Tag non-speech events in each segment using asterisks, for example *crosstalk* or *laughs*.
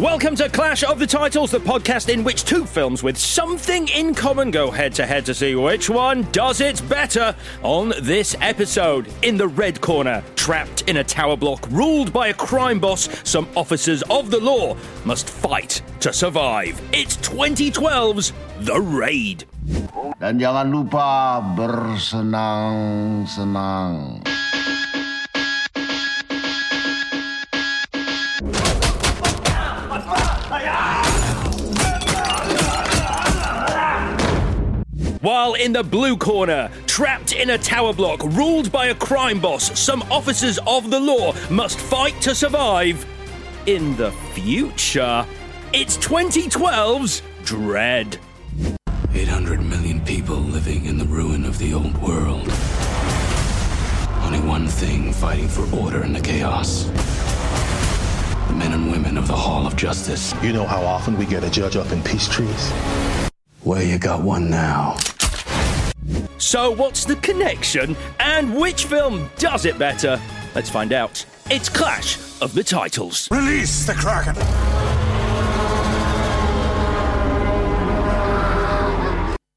Welcome to Clash of the Titles, the podcast in which two films with something in common go head to head to see which one does it better. On this episode, in the red corner, trapped in a tower block ruled by a crime boss, some officers of the law must fight to survive. It's 2012's The Raid. Dan jangan lupa bersenang-senang. While in the blue corner, trapped in a tower block ruled by a crime boss, some officers of the law must fight to survive in the future. It's 2012's Dread. 800 million people living in the ruin of the old world. Only one thing fighting for order in the chaos. The men and women of the Hall of Justice. You know how often we get a judge up in peace trees? Well, you got one now. So, what's the connection? And which film does it better? Let's find out. It's Clash of the Titles. Release the Kraken!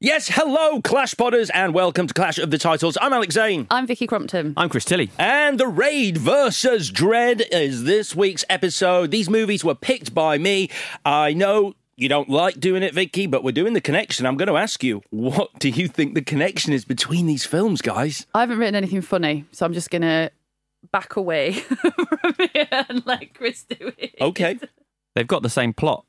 Yes, hello, Clash Podders, and welcome to Clash of the Titles. I'm Alex Zane. I'm Vicky Crompton. I'm Chris Tilly. And The Raid versus Dread is this week's episode. These movies were picked by me. I know you don't like doing it, Vicky, but we're doing the connection. I'm going to ask you, what do you think the connection is between these films, guys? I haven't written anything funny, so I'm just gonna back away *laughs* from here and let Chris do it. *laughs* Okay. They've got the same plot.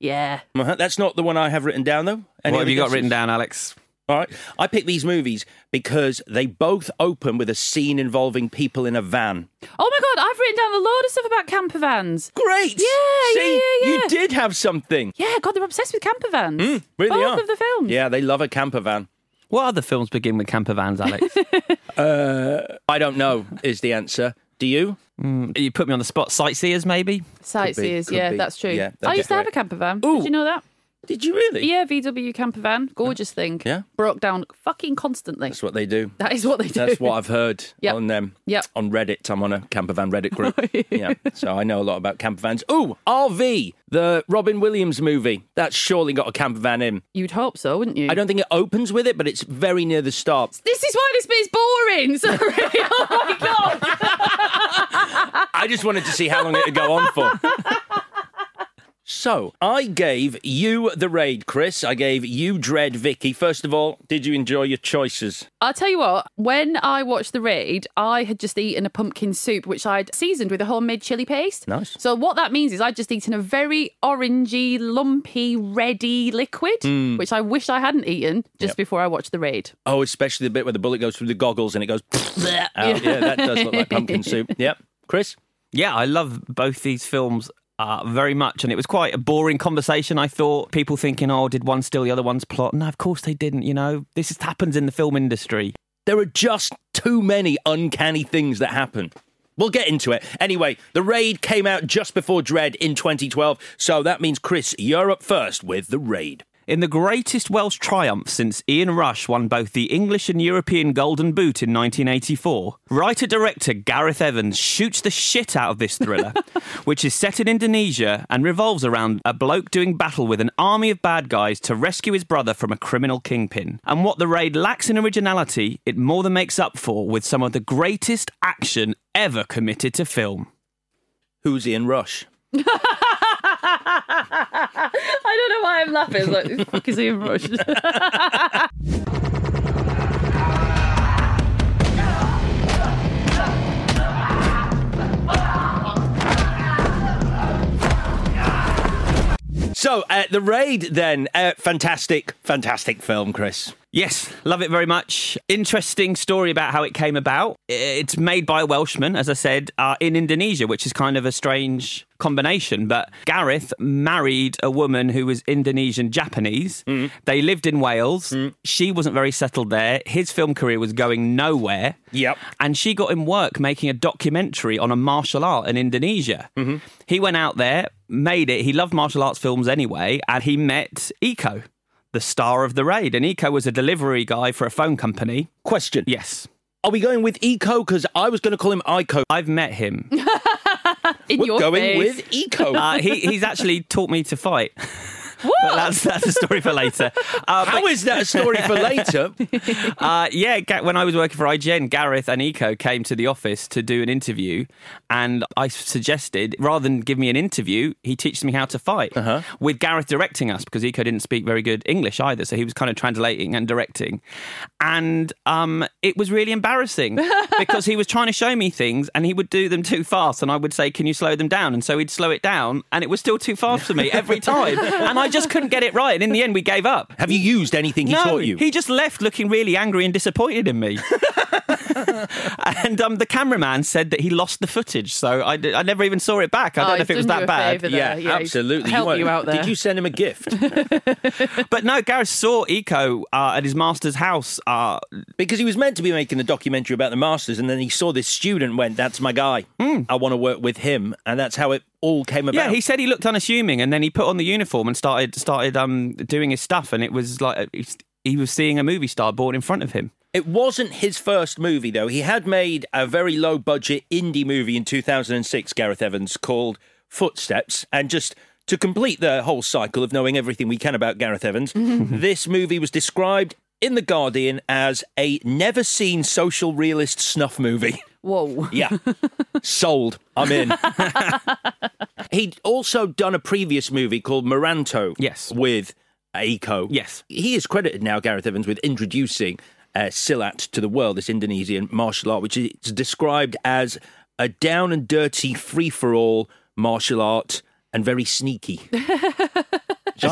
Yeah. Uh-huh. That's not the one I have written down, though. Any what have other you got guesses? written down, Alex? All right. I picked these movies because they both open with a scene involving people in a van. Oh my god, I've written down a load of stuff about camper vans. Great. Yeah, See, yeah, yeah, you yeah. did have something. Hmm? Yeah, God, they're obsessed with camper vans. Mm, Really Both are. of the films. Yeah, they love a camper van. What other films begin with camper vans, *laughs* Alex? I don't know is the answer. Do you? you put me on the spot. Sightseers, maybe? Sightseers, could yeah, be. that's true. Yeah, I that's used to have a correct. camper van. Ooh. Did you know that? Did you really? Yeah, VW camper van. Gorgeous thing. Yeah. Broke down fucking constantly. That's what they do. That is what they do. That's what I've *laughs* heard Yep. on them. Yep. On Reddit. I'm on a camper van Reddit group. *laughs* *laughs* yeah. So I know a lot about camper vans. Ooh, RV, the Robin Williams movie. That's surely got a camper van in. You'd hope so, wouldn't you? I don't think it opens with it, but it's very near the start. This is why this bit is boring. *laughs* Sorry. oh my god. I just wanted to see how long it would go on *laughs* for. So, I gave you the raid, Chris. I gave you Dread, Vicky. First of all, did you enjoy your choices? I'll tell you what, when I watched The Raid, I had just eaten a pumpkin soup, which I'd seasoned with a homemade chili paste. Nice. So, what that means is I'd just eaten a very orangey, lumpy, ready liquid, which I wish I hadn't eaten just before I watched The Raid. Oh, especially the bit where the bullet goes through the goggles and it goes. out. Yeah, that does look like pumpkin soup. Yep. Chris? Yeah, I love both these films uh, very much. And it was quite a boring conversation, I thought. People thinking, oh, did one steal the other one's plot? No, of course they didn't. You know, this is, happens in the film industry. There are just too many uncanny things that happen. We'll get into it. Anyway, The Raid came out just before Dread in 2012. So that means, Chris, you're up first with The Raid. In the greatest Welsh triumph since Ian Rush won both the English and European Golden Boot in 1984, writer director Gareth Evans shoots the shit out of *laughs* this thriller, which is set in Indonesia and revolves around a bloke doing battle with an army of bad guys to rescue his brother from a criminal kingpin. And what the raid lacks in originality, it more than makes up for with some of the greatest action ever committed to film. Who's Ian Rush? *laughs* I don't know why I'm laughing. It's like, who the *laughs* fuck is Ian Rush? So, uh, The Raid, then. Uh, fantastic, fantastic film, Chris. Yes, love it very much. Interesting story about how it came about. It's made by Welshmen, as I said, uh, in Indonesia, which is kind of a strange combination. But Gareth married a woman who was Indonesian Japanese. They lived in Wales. She wasn't very settled there. His film career was going nowhere. Yep. And she got him work making a documentary on a martial art in Indonesia. Mm-hmm. He went out there, made it. He loved martial arts films anyway, and he met Eco, the star of the raid. And Eco was a delivery guy for a phone company. Question. Yes. Are we going with Eco? Because I was going to call him Ico. I've met *laughs* him. In We're your going face. with Eco. *laughs* Uh, he, he's actually taught me to fight. *laughs* But What? that's, that's a story for later. Uh, but- How is that a story for later? Uh, yeah, Ga- when I was working for IGN, Gareth and Eco came to the office to do an interview, and I suggested rather than give me an interview, he teaches me how to fight with Gareth directing us because Eco didn't speak very good English either, so he was kind of translating and directing, and um, it was really embarrassing because he was trying to show me things and he would do them too fast, and I would say, "Can you slow them down?" and so he'd slow it down, and it was still too fast for me every time, and I just couldn't get it right, and in the end, we gave up. Have you used anything he no, taught you? He just left looking really angry and disappointed *laughs* in me. and um, the cameraman said that he lost the footage, so I, d- I never even saw it back. I don't Oh, know if it he's was done you that a bad. favour there. yeah, yeah, absolutely. help won't- you out there. Did you send him a gift? But no, Gareth saw Eco uh, at his master's house. Uh, Because he was meant to be making the documentary about the Masters, and then he saw this student, went, "That's my guy. I want to work with him," and that's how it all came about. yeah, he said he looked unassuming, and then he put on the uniform and started started um, doing his stuff, and it was like uh, he- he was seeing a movie star born in front of him. it wasn't his first movie though. He had made a very low budget indie movie in 2006, Gareth Evans, called Footsteps, and just. To complete the whole cycle of knowing everything we can about Gareth Evans, this movie was described in The Guardian as a never seen social realist snuff movie. *laughs* Whoa. *laughs* Yeah. Sold. I'm *laughs* in. He'd also done a previous movie called Maranto. Yes. With Aiko. Yes. He is credited now, Gareth Evans, with introducing uh, Silat to the world, this Indonesian martial art, which is described as a down and dirty, free for all martial art and very *laughs* sneaky. Is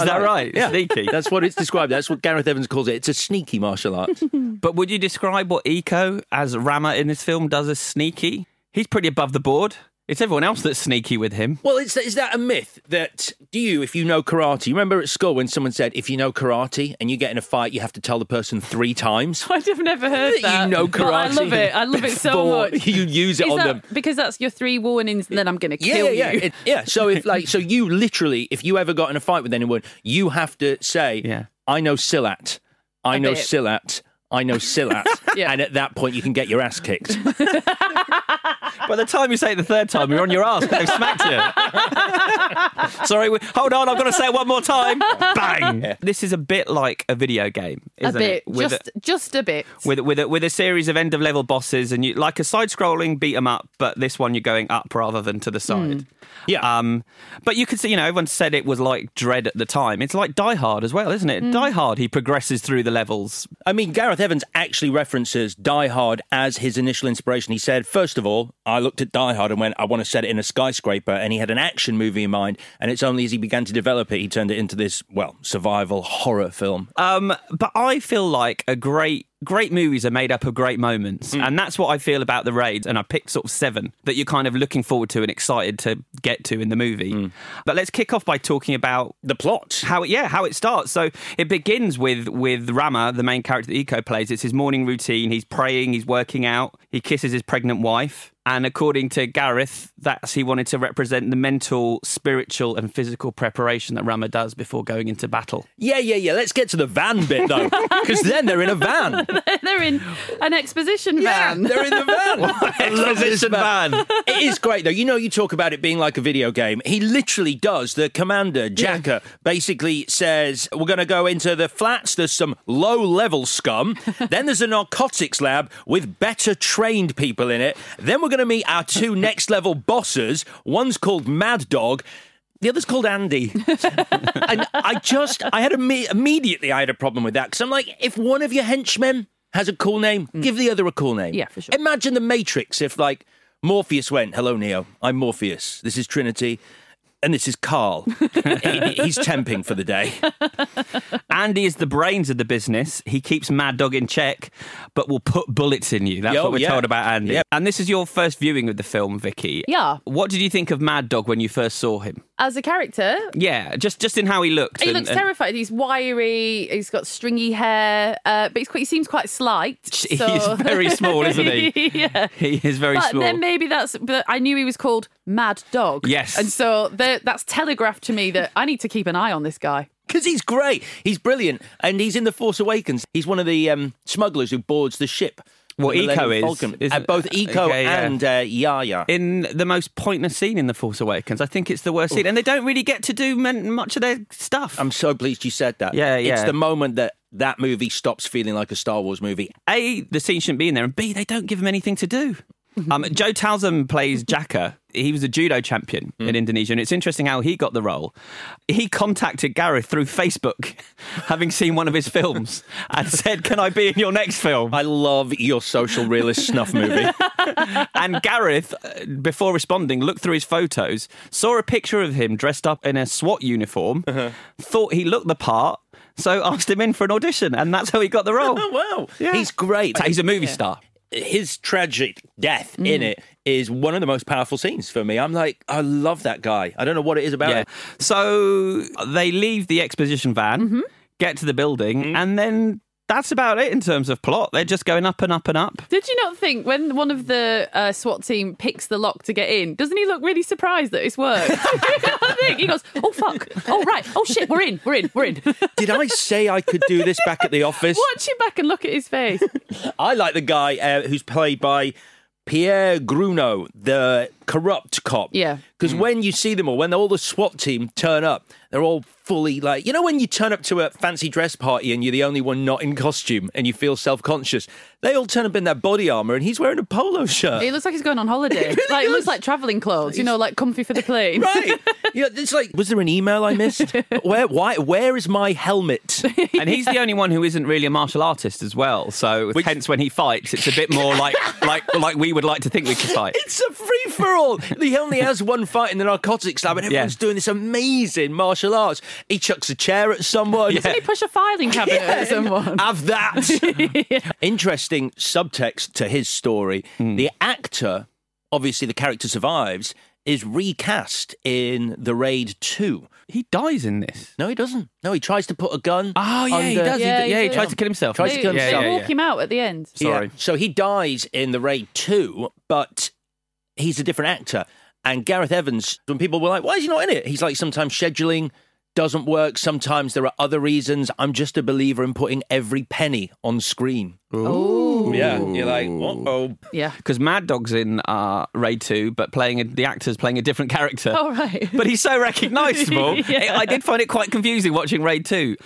that right? Yeah. Sneaky. That's what it's described. That's what Gareth Evans calls it. It's a sneaky martial art. But would you describe what Eco as Rama in this film does as sneaky? He's pretty above the board. It's everyone else that's sneaky with him. Well, is that, is that a myth that do you, if you know karate, you remember at school when someone said, if you know karate and you get in a fight, you have to tell the person three times? I've never heard That you that. know But I karate love it. I love it so before much. *laughs* you use it Is on that them. because that's your three warnings, and then I'm going to Yeah, kill yeah, you. yeah. It- yeah. So if like, so you literally, if you ever got in a fight with anyone, you have to say, Yeah. I know Silat, I A know bit. Silat, I know Silat, *laughs* Yeah. and at that point you can get your ass kicked. By the time you say it the third time, you're on your ass. They've smacked you. *laughs* Sorry, we, hold on. I've got to say it one more time. Bang! This is a bit like a video game, a isn't bit, it? With just just a bit. with with a, with a series of end of level bosses, and you like a side scrolling beat 'em up, but this one you're going up rather than Hmm. to the side. Yeah. Um, but you could see, you know, everyone said it was like Dread at the time. It's like Die Hard as well, isn't it? Hmm. Die Hard, he progresses through the levels. I mean, Gareth Evans actually references Die Hard as his initial inspiration. He said, first of all, I looked at Die Hard and went, I want to set it in a skyscraper. And he had an action movie in mind. And it's only as he began to develop it, he turned it into this, well, survival horror film. Uh, Um, but I feel like a great, great movies are made up of great moments, Hmm. and that's what I feel about the raids. And I picked sort of seven that you're kind of looking forward to and excited to get to in the movie. Hmm. But let's kick off by talking about the plot. how it yeah how it starts so it begins with with rama the main character that eco plays it's his morning routine he's praying he's working out he kisses his pregnant wife and according to gareth that's he wanted to represent the mental spiritual and physical preparation that rama does before going into battle Yeah, yeah, yeah. Let's get to the van bit, though. Because then they're in a van. *laughs* They're in an exposition Yeah, van. they're in the van. I love this Exposition van. It is great though. You know, you talk about it being like a video game. He literally does. The commander Jacker basically says, "We're going to go into the flats. There's some low-level scum. then there's a narcotics lab with better trained people in it. Then we're going going to meet our two next level bosses. One's called Mad Dog. The other's called Andy. and I just, I had imme- immediately, I had a problem with that because I'm like, if one of your henchmen has a cool name, give the other a cool name. Mm. Yeah, for sure. Imagine the Matrix if like Morpheus went, "Hello, Neo. I'm Morpheus. This is Trinity." And this is *laughs* Carl. He- He's temping for the day. Andy is the brains of the business. He keeps Mad Dog in check, but will put bullets in you. That's Yo, what we're yeah. told about Andy. Yeah. And this is your first viewing of the film, Vicky. Yeah. What did you think of Mad Dog when you first saw him? As a character, Yeah, just just in how he looked. he and- looks and- terrified. He's wiry. He's got stringy hair, uh, but he's quite, he seems quite slight. *laughs* He so- is very small, isn't he? *laughs* yeah. He is very But small. then maybe that's. But I knew he was called Mad Dog. Yes. and so there- that's telegraphed to me that I need to keep an eye on this guy. Because he's great. He's brilliant. And he's in The Force Awakens. He's one of the um, smugglers who boards the ship. Well, The Eco Millennium is, Falcon. isn't Uh, it? both Eco Okay, yeah. and uh, Yaya. in the most pointless scene in The Force Awakens. I think it's the worst scene, and they don't really get to do men- much of their stuff. I'm so pleased you said that. Yeah, It's yeah. the moment that that movie stops feeling like a Star Wars movie. A, the scene shouldn't be in there, and B, they don't give him anything to do. Um, Joe Talzam plays Jacka. He was a judo champion in Indonesia, and it's interesting how he got the role. He contacted Gareth through Facebook, having seen one of his films, *laughs* and said, "Can I be in your next film?" I love your social realist snuff *laughs* movie. And Gareth, uh, before responding, looked through his photos, saw a picture of him dressed up in a SWAT uniform, thought he looked the part, so asked him in for an audition, and that's how he got the role. Oh, *laughs* wow. Yeah. He's great. He's a movie star. Mm. his tragic death in it is one of the most powerful scenes for me. I'm like, I love that guy. I don't know what it is about Yeah. him. So Mm-hmm. they leave the exposition van, get to the building, and then that's about it in terms of plot. They're just going up and up and up. Did you not think when one of the uh, SWAT team picks the lock to get in, doesn't he look really surprised that it's worked? *laughs* I think he goes, "Oh fuck! Oh right! Oh shit! We're in! We're in! We're in!" Did I say I could do this back at *laughs* the office? Watch him back and look at his *laughs* face. I like the guy uh, who's played by Pierre Gruno, the corrupt cop. Yeah. Because when you see them all, when all the SWAT team turn up, they're all fully like, you know, when you turn up to a fancy dress party and you're the only one not in costume and you feel self conscious, they all turn up in their body armor and he's wearing a polo shirt. He looks like he's going on holiday. really like it does. looks like traveling clothes, you know, like comfy for the plane. Right, *laughs* yeah. It's like, was there an email I missed? Where, why, where is my helmet? *laughs* And he's the only one who isn't really a martial artist as well. So Which- hence when he fights, it's a bit more like like like we would like to think we could fight. It's a free for all. *laughs* he only has one fight in the narcotics lab, and everyone's Yeah. doing this amazing martial arts. He chucks a chair at someone. *laughs* Doesn't he push a *laughs* filing cabinet at someone? Have that. *laughs* Interesting subtext to his story. Hmm. The actor, obviously, the character survives, is recast in The Raid 2. *laughs* He dies in this. No, he doesn't. No, he tries to put a gun. under- Oh, Yeah, he does. tries to kill himself. Tries to They, kill they himself. walk him out at the end. Yeah. Sorry. So he dies in The Raid 2, but he's a different actor. And Gareth Evans, when people were like, why is he not in it? He's like, sometimes scheduling doesn't work. Sometimes there are other reasons. I'm just a believer in putting every penny on screen. Oh, Yeah. You're like, oh. yeah. Because Mad Dog's in uh, Raid 2, but playing a, the actor's playing a different character. All right. *laughs* But he's so recognisable. Oh. *laughs* Yeah. I did find it quite confusing watching Raid 2.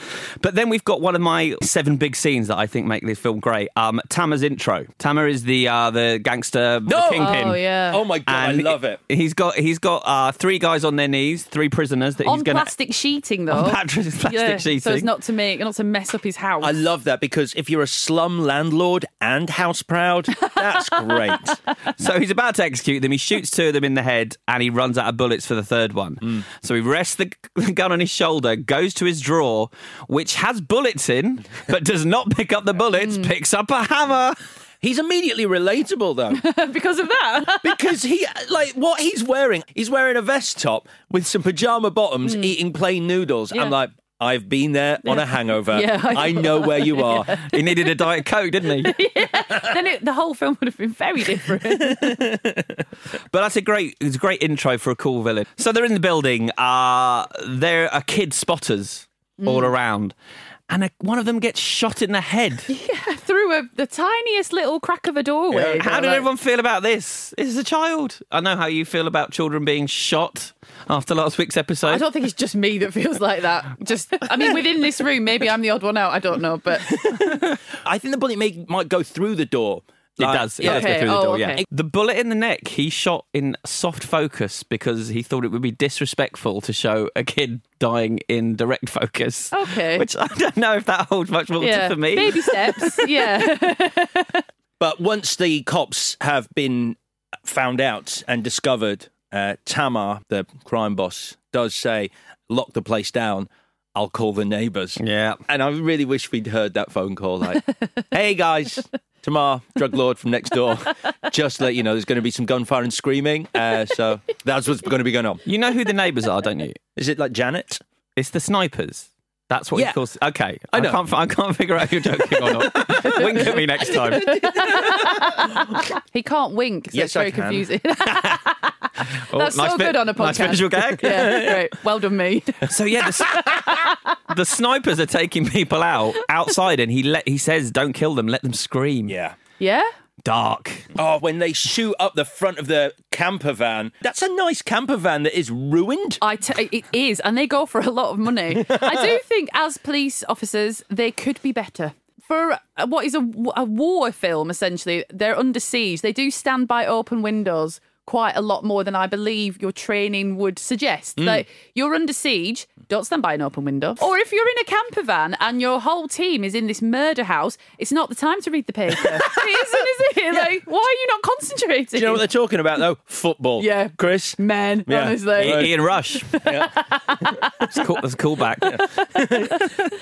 But then we've got one of my seven big scenes that I think make this film great. Um, Tama's intro. Tama is the uh, the gangster, the kingpin. Oh, yeah. Oh, my God. And I love it. He's got he's got uh, three guys on their knees, three prisoners that on he's going to plastic sheeting though. *laughs* On plastic- plastic yeah, So sheeting. it's not to make, not to mess up his house. I love that because if you're a slum landlord and house proud, that's great. *laughs* So he's about to execute them. He shoots two of them in the head and he runs out of bullets for the third one. So he rests the, the gun on his shoulder, goes to his drawer, which has bullets in, but does not pick up the bullets, picks up a hammer. He's immediately relatable though. *laughs* because of that. Because he, like, what he's wearing, he's wearing a vest top with some pajama bottoms, Mm. eating plain noodles. Yeah. I'm like, I've been there on a hangover. *laughs* Yeah, I, I know where you are. He needed a Diet Coke, didn't he? then it, the whole film would have been very different. *laughs* But that's a great, it's a great intro for a cool villain. So they're in the building. Uh, there are kid spotters all around. And a, one of them gets shot in the head. Through a, the tiniest little crack of a doorway. How did everyone feel about this? This is a child. I know how you feel about children being shot after last week's I episode. don't think it's just me that feels like that. Just, I mean, within *laughs* this room, maybe I'm the odd one out. I don't know, but I think the bullet may, might go through the door. It Like- does. It Yeah. does go Okay, through the oh, door. okay. Yeah. The bullet in the neck he shot in soft focus because he thought it would be disrespectful to show a kid dying in direct focus. Okay. Which *laughs* I don't know if that holds much water yeah. for me. Baby steps. Yeah. *laughs* But once the cops have been found out and discovered, uh, Tamar, the crime boss, does say, "Lock the place down. I'll call the neighbours." Yeah. And I really wish we'd heard that phone call. *laughs* Like, "Hey guys, Tamar, drug lord from next door, just to let you know there's going to be some gunfire and screaming. Uh, so that's what's going to be going on." You know who the neighbours are, don't you? Is it like Janet? It's the snipers. That's what Yeah. he calls. Okay, I I, know. can't. fi- I can't figure out if you're joking or not. *laughs* Wink at me next time. He can't wink, so Yes, it's very I can. confusing. Oh, That's nice so bit- good on a podcast. Nice visual gag. *laughs* yeah, great. Well done, me. So yeah, the, *laughs* s- the snipers are taking people out outside, and he let he says, "Don't kill them. Let them scream." Yeah. Yeah? Dark. Oh, when they shoot up the front of the camper van. That's a nice camper van that is ruined. I t- it is, and they go for a lot of money. *laughs* I do think, as police officers, they could be better. For what is a, a war film, essentially, they're under siege. They do stand by open windows quite a lot more than I believe your training would suggest. Hmm. Like, you're under siege, don't stand by an open window. Or if you're in a camper van and your whole team is in this murder house, it's not the time to read *laughs* the paper. it isn't, is it? Like, why are you not concentrating? Do you know what they're talking about though? Football. Yeah. Chris. Men, Yeah. honestly. I- Ian Rush. It's cool. That's a callback.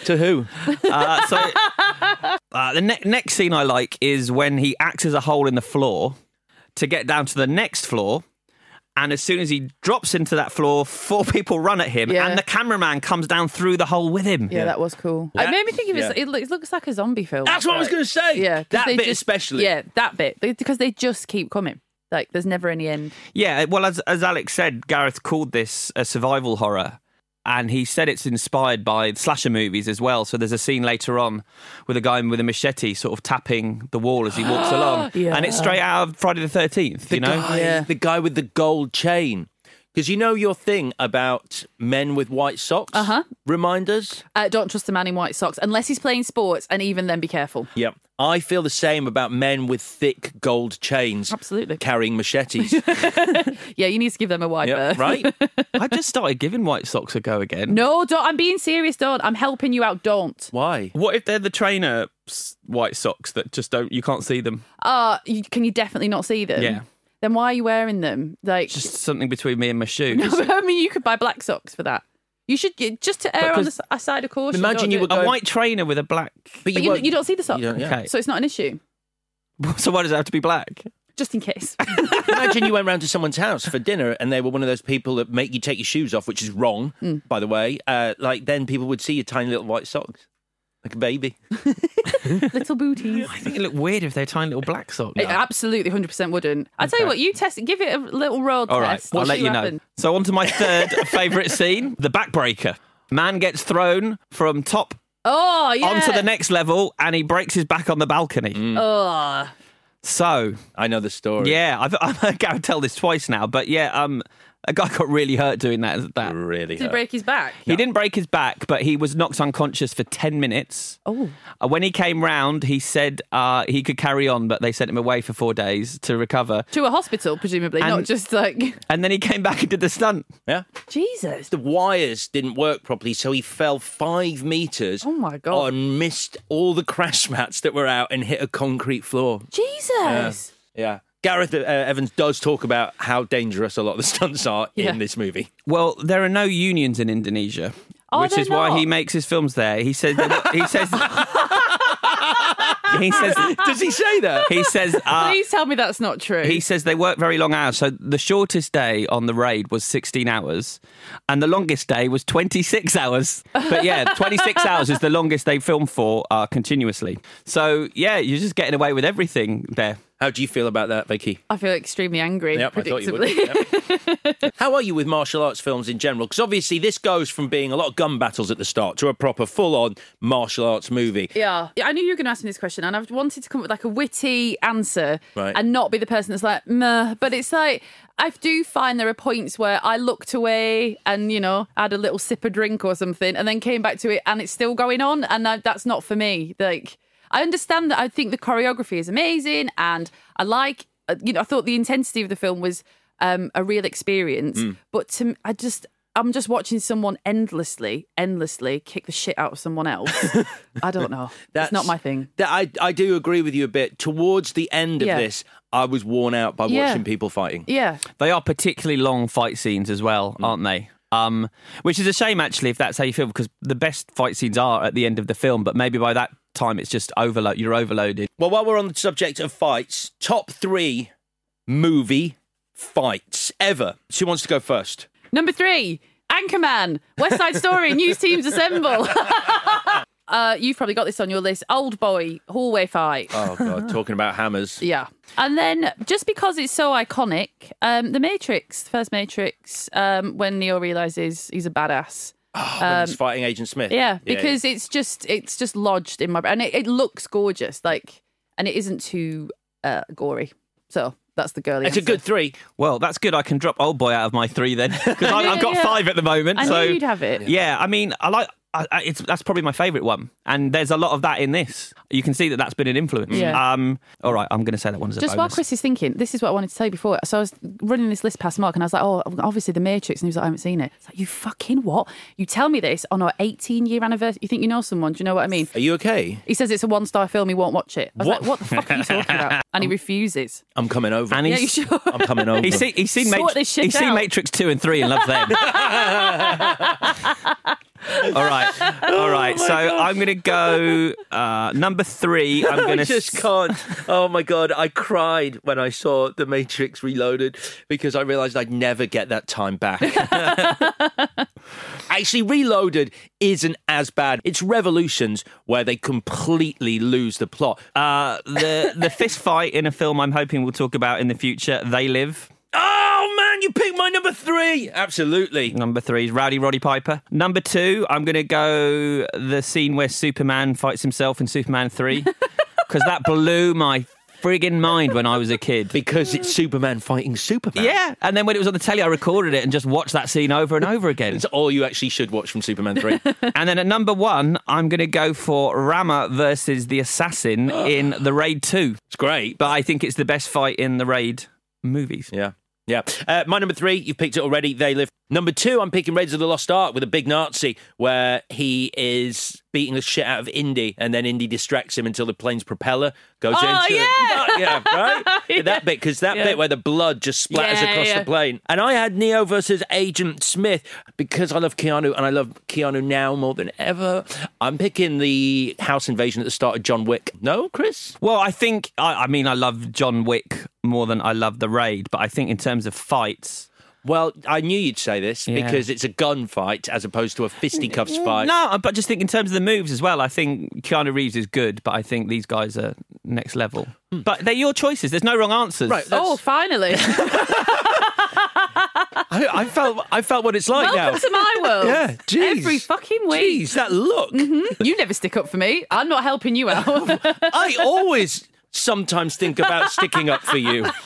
*laughs* To who? Uh, so uh, the ne- next scene I like is when he axes a hole in the floor to get down to the next floor. And as soon as he drops into that floor, four *laughs* people run at him, Yeah. and the cameraman comes down through the hole with him. Yeah, that was cool. That- it made me think of it. yeah. It looks, looks like a zombie film. That's what I was Like, going to say. Yeah, 'cause That they bit just- especially. Yeah, that bit They- because they just keep coming. Like, there's never any end. Yeah, well, as as Alex said, Gareth called this a survival horror, and he said it's inspired by slasher movies as well. So there's a scene later on with a guy with a machete sort of tapping the wall as he *gasps* walks along, Yeah. and it's straight out of Friday the Thirteenth. The You know, guy, Yeah. the guy with the gold chain. Because you know your thing about men with white socks. Uh Uh-huh. huh. Reminders. Uh, don't trust a man in white socks unless he's playing sports, and even then, be careful. Yep. I feel the same about men with thick gold chains. Absolutely. Carrying machetes. Yeah, you need to give them a wide *laughs* yep. berth. Right. *laughs* I just started giving White Socks a go again. No, don't. I'm being serious. Don't. I'm helping you out. Don't. Why? What if they're the trainer s- White Socks that just don't you can't see them? Uh, you, can you definitely not see them? Yeah. Then why are you wearing them? Like, *laughs* Just something between me and my shoe. *laughs* I mean, you could buy black socks for that. You should just to err on the Because- s- side of caution. Imagine don't you do were it. a going- white trainer with a black. But you, won't- you don't see the sock, You don't, yeah. Okay. so it's not an issue. *laughs* So why does it have to be black? Just *laughs* in case. *laughs* Imagine you went round to someone's house for dinner and they were one of those people that make you take your shoes off, which is wrong, Hmm. by the way. Uh, like, then people would see your tiny little white socks, like a baby. Little booties. I think it looked weird if they're tiny little black socks. It absolutely 100% wouldn't. I tell you what, you test it, give it a little road All right, test. I'll see let you what know. happens. So on to my *laughs* third favourite scene, the backbreaker. Man gets thrown from top Oh, yeah. onto the next level and he breaks his back on the balcony. Mm. Oh, So, I know the story. yeah, I've, *laughs* I've heard Gareth tell this twice now, but yeah, um, a guy got really hurt doing that. that. Really. did he hurt. break his back? He didn't break his back, but he was knocked unconscious for 10 minutes. Oh. And when he came round, he said uh, he could carry on, but they sent him away for four days to recover. To a hospital, presumably, not And- just like. *laughs* And then he came back and did the stunt. Yeah. Jesus. The wires didn't work properly, so he fell five meters. Oh, my God. And missed all the crash mats that were out and hit a concrete floor. Jesus. Yeah. Gareth uh, Evans does talk about how dangerous a lot of the stunts are Yeah. in this movie. Well, there are no unions in Indonesia, Are which there is why Oh, not? he makes his films there. He says he *laughs* says he says Does he say that? he says uh, Please tell me that's not true. he says they work very long hours. So the shortest day on the raid was 16 hours, and the longest day was 26 hours. But yeah, *laughs* 26 hours is the longest they film for uh, continuously. So yeah, you're just getting away with everything there. How do you feel about that, Vicky? I feel extremely angry, Yep, I thought you would. predictably. Yep. How are you with martial arts films in general? Because obviously, this goes from being a lot of gun battles at the start to a proper full on martial arts movie. Yeah. I knew you were going to ask me this question, and I've wanted to come up with like a witty answer Right. and not be the person that's like, meh. But it's like, I do find there are points where I looked away and, you know, had a little sip of drink or something and then came back to it and it's still going on. And I, that's not for me. Like, I understand that I think the choreography is amazing and I like, uh, you know, I thought the intensity of the film was um, a real experience. But to, m- I just, I'm just watching someone endlessly, endlessly kick the shit out of someone else. I don't know. That's not my thing. That I I do agree with you a bit. Towards the end of Yeah. this, I was worn out by Yeah. watching people fighting. Yeah. They are particularly long fight scenes as well, Hmm. aren't they? Um, which is a shame, actually, if that's how you feel, because the best fight scenes are at the end of the film, but maybe by that time it's just overload. You're overloaded. Well, while we're on the subject of fights, top three movie fights ever. She wants to go first. Number three, Anchorman, West Side Story, News Teams Assemble. *laughs* uh, you've probably got this on your list. Old Boy, Hallway Fight. Oh *laughs* God, talking about hammers. Yeah. And then just because it's so iconic, um, The Matrix, the first Matrix, um, when Neo realizes he's a badass. Oh, When he's fighting Agent Smith. Um, Yeah, because it's just it's just lodged in my brain. And it, it looks gorgeous, like, and it isn't too uh, gory. So that's the girly. it's a answer. good three. Well, that's good. I can drop Old Boy out of my three then, *laughs* because I've, I've got Yeah. five at the moment. I knew so you'd have it. Yeah, I mean, I like. I, I- it's that's probably my favourite one, and there's a lot of that in this. You can see that that's been an influence. Yeah. Um. All right, I'm going to say that one's a Just while bonus. Chris is thinking, this is what I wanted to tell you before. So I was running this list past Mark and I was like, oh, obviously The Matrix. And he was like, I haven't seen it. It's like, you fucking what? You tell me this on our 18 year anniversary. You think you know someone? Do you know what I mean? Are you okay? He says it's a one star film. He won't watch it. I was What? like, what the fuck are you *laughs* talking about? And he refuses. I'm coming over. and Yeah, he's, you sure? I'm *laughs* coming over. he's seen he's seen, Sort Matri- this shit he's seen out. Matrix two and three and loves them. all right, all right. so I'm going to go uh, number three. I'm *laughs* going I to just *laughs* can't. Oh my god, I cried when I saw The Matrix Reloaded because I realised I'd never get that time *laughs* back. Actually, Reloaded isn't as bad. It's Revolutions where they completely lose the plot. uh, the the fist fight in a film I'm hoping we'll talk about in the future. They live. Oh man, you picked my number three. Absolutely. Number three is Rowdy Roddy Piper. Number two, I'm going to go the scene where Superman fights himself in Superman 3 because that blew my friggin' mind when I was a kid. Because it's Superman fighting Superman. Yeah, and then when it was on the telly, I recorded it and just watched that scene over and over again. It's all you actually should watch from Superman *laughs* 3. And then at number one, I'm going to go for Rama versus the Assassin in The Raid 2. it's great. But But I think it's the best fight in The Raid movies. yeah. Yeah. Uh, my number three, you've picked it already. They live. Number two, I'm picking Raiders of the Lost Ark with a big Nazi where he is beating the shit out of Indy and then Indy distracts him until the plane's propeller goes Oh, into yeah. the. Yeah, *laughs* right? Yeah. That bit, because that Yeah. bit where the blood just splatters Yeah, across yeah. the plane. And I had Neo versus Agent Smith because I love Keanu and I love Keanu now more than ever. I'm picking the house invasion at the start of John Wick. No, Chris? Well, I think, I, I mean, I love John Wick more than I love The Raid, but I think in terms of fights, Well, I knew you'd say this Yeah. because it's a gunfight as opposed to a fisticuffs Mm-hmm. fight. No, but I just think in terms of the moves as well, I think Keanu Reeves is good, but I think these guys are next level. But they're your choices. There's no wrong answers. Right. Oh, That's- *laughs* finally. I, I felt I felt what it's like Welcome now. to my world. Yeah, jeez. Every fucking week. Mm-hmm. Jeez, that look. You never stick up for me. I'm not helping *laughs* you out. I always sometimes think about sticking up for you. *laughs*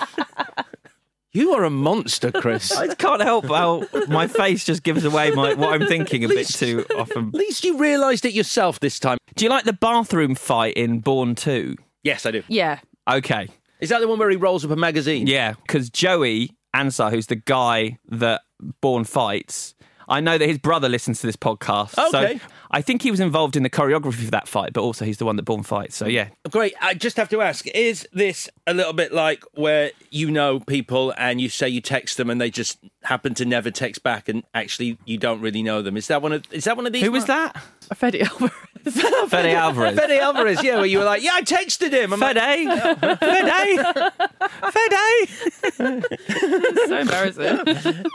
You are a monster, *laughs* Chris. I can't help how my face just gives away my, what I'm thinking a bit too often. At least you realised it yourself this time. Do you like the bathroom fight in Born 2? Yes, I do. yeah. Okay. Is that the one where he rolls up a magazine? Yeah, because Joey Ansar, who's the guy that Bourne fights, I know that his brother listens to this podcast. Okay. So I think he was involved in the choreography of that fight, but also he's the one that Bourne fights. So yeah, Great. I just have to ask: Is this a little bit like where you know people and you say you text them and they just happen to never text back, and actually you don't really know them? Is that one of is that one of these? *laughs* who was that? Freddie Alvarez. Fede Alvarez. Fede Alvarez, yeah, where you were like, yeah, I texted him. I'm like, Fede. Fede. *laughs* Fede. *laughs* so embarrassing.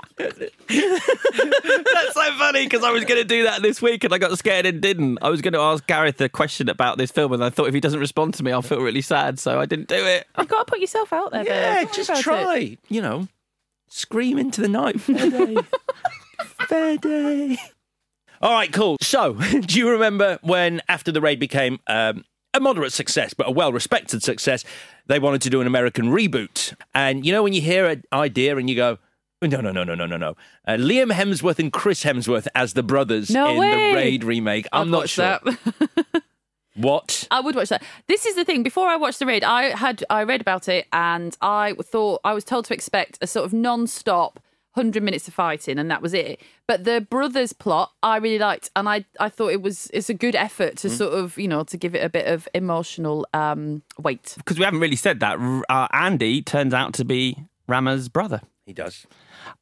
That's so funny because I was going to do that this week and I got scared and didn't. I was going to ask Gareth a question about this film and I thought if he doesn't respond to me, I'll feel really sad. So I didn't do it. You've got to put yourself out there. yeah, babe. Don't just worry about try. it. You know, scream into the night. *laughs* Fede. Fede. All right, cool. So, *laughs* do you remember when after the raid became um, a moderate success, but a well respected success, they wanted to do an American reboot? And you know, when you hear an idea and you go, no, no, no, no, no, no, no. Uh, Liam Hemsworth and Chris Hemsworth as the brothers No in way. the Raid remake. I'm I've not watched sure. That. *laughs* What? I would watch that. This is the thing. Before I watched the raid, I had I read about it and I thought I was told to expect a sort of non-stop hundred minutes of fighting and that was it. But the brothers plot I really liked and I I thought it was it's a good effort Mm. to sort of you know to give it a bit of emotional um, weight. Because we haven't really said that. R- Uh, Andy turns out to be Rama's brother. He does.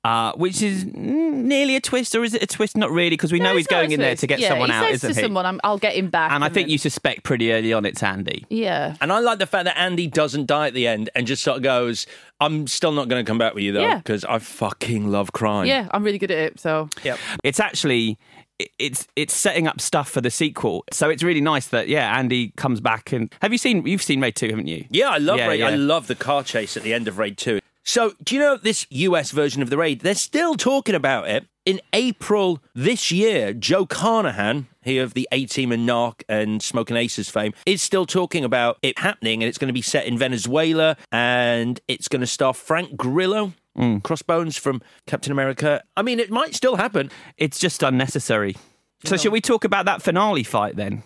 Uh, which is mm, nearly a twist, or is it a twist? Not really, because we know No, he's it's not going in there his- to get yeah, someone he out, says isn't to he? Someone, I'm, I'll get him back. and I think then- you suspect pretty early on it's Andy. yeah. And I like the fact that Andy doesn't die at the end and just sort of goes, I'm still not going to come back with you, though, Yeah. because I fucking love crime. Yeah, I'm really good at it. So Yep. It's actually i- it's it's setting up stuff for the sequel, so it's really nice that yeah, Andy comes back and have you seen you've seen Raid Two, haven't you? Yeah, I love Yeah, Raid. I yeah. love the car chase at the end of Raid 2. So, do you know this US version of the Raid? They're still talking about it. In April this year, Joe Carnahan, he of the A Team and Narc and Smoking Aces fame, is still talking about it happening and it's going to be set in Venezuela and it's going to star Frank Grillo, Mm. Crossbones from Captain America. I mean, it might still happen. It's just unnecessary. So shall we talk about that finale fight then?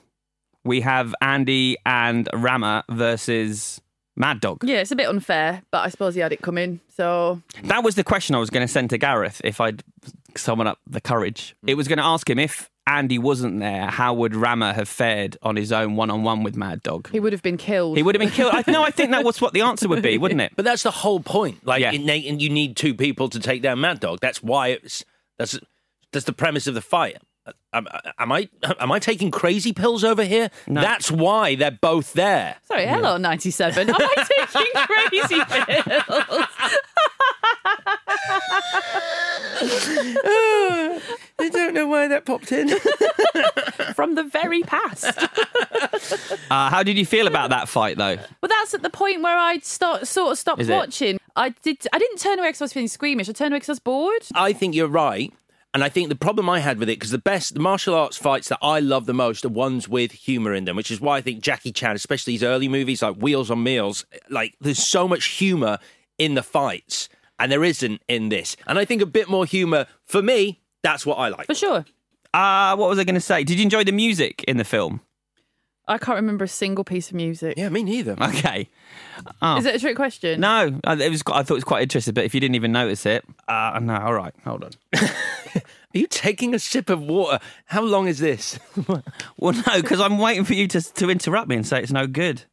We have Andy and Rama versus Mad Dog. yeah, it's a bit unfair, but I suppose he had it coming. So That was the question I was going to send to Gareth if I'd summon up the courage. Mm. It was going to ask him if Andy wasn't there, how would Rama have fared on his own one on one with Mad Dog? he would have been killed. He would have been killed. I, no, I think that was what the answer would be, *laughs* wouldn't it? But that's the whole point. Like, Yeah. in Nathan, you need two people to take down Mad Dog. That's why it's that's that's the premise of the fight. Am, am I am I taking crazy pills over here? That's why they're both there. Sorry, hello, 97. Am *laughs* I taking crazy pills? I don't know why that popped in. From the very past. *laughs* Uh, how did you feel about that fight, though? Well, that's at the point where I start, sort of stopped Is it? watching. I did. I didn't turn away because I was feeling squeamish. I turned away because I was bored. I think you're right. And I think the problem I had with it, because the best the martial arts fights that I love the most are ones with humor in them, which is why I think Jackie Chan, especially his early movies like Wheels on Meals, like there's so much humor in the fights, and there isn't in this. And I think a bit more humor for me, that's what I like. For sure. Uh, what was I going to say? Did you enjoy the music in the film? I can't remember a single piece of music. Yeah, me neither. Okay. Is it a trick question? No, I- it was. I thought it was quite interesting, but if you didn't even notice it, uh, no. All right, hold on. *laughs* Are you taking a sip of water? How long is *laughs* this? Well, no, because I'm waiting for you to to interrupt me and say it's no good.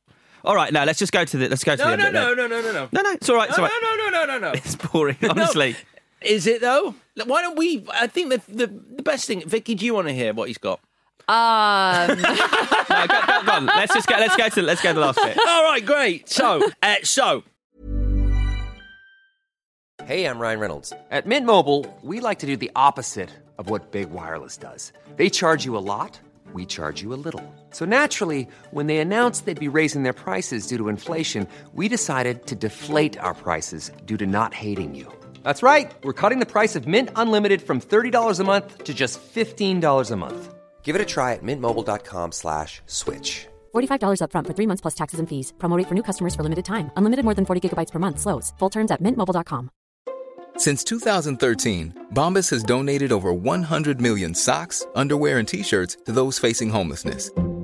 All right, no, let's just go to the. Let's go to the. end of it then. no, no, no, no. No, no, it's all right. It's all right. no, no, no, no, no. It's boring, honestly. *laughs* Is it though? Why don't we? I think the the, the best thing, Vicky. Do you want to hear what he's got? Um, No, go, go, go on. Let's just go. Let's go to. Let's go to the last *laughs* bit. All right, great. So, uh, so Hey, I'm Ryan Reynolds. At Mint Mobile, we like to do the opposite of what Big Wireless does. They charge you a lot, we charge you a little. So naturally, when they announced they'd be raising their prices due to inflation, we decided to deflate our prices due to not hating you. That's right. We're cutting the price of Mint Unlimited from $30 a month to just $15 a month. Give it a try at mintmobile.com slash switch. $45 upfront for three months plus taxes and fees. Promo rate for new customers for limited time. Unlimited more than 40 gigabytes per month. Slows. Full terms at mintmobile.com. Since 2013, Bombas has donated over 100 million socks, underwear, and t shirts to those facing homelessness.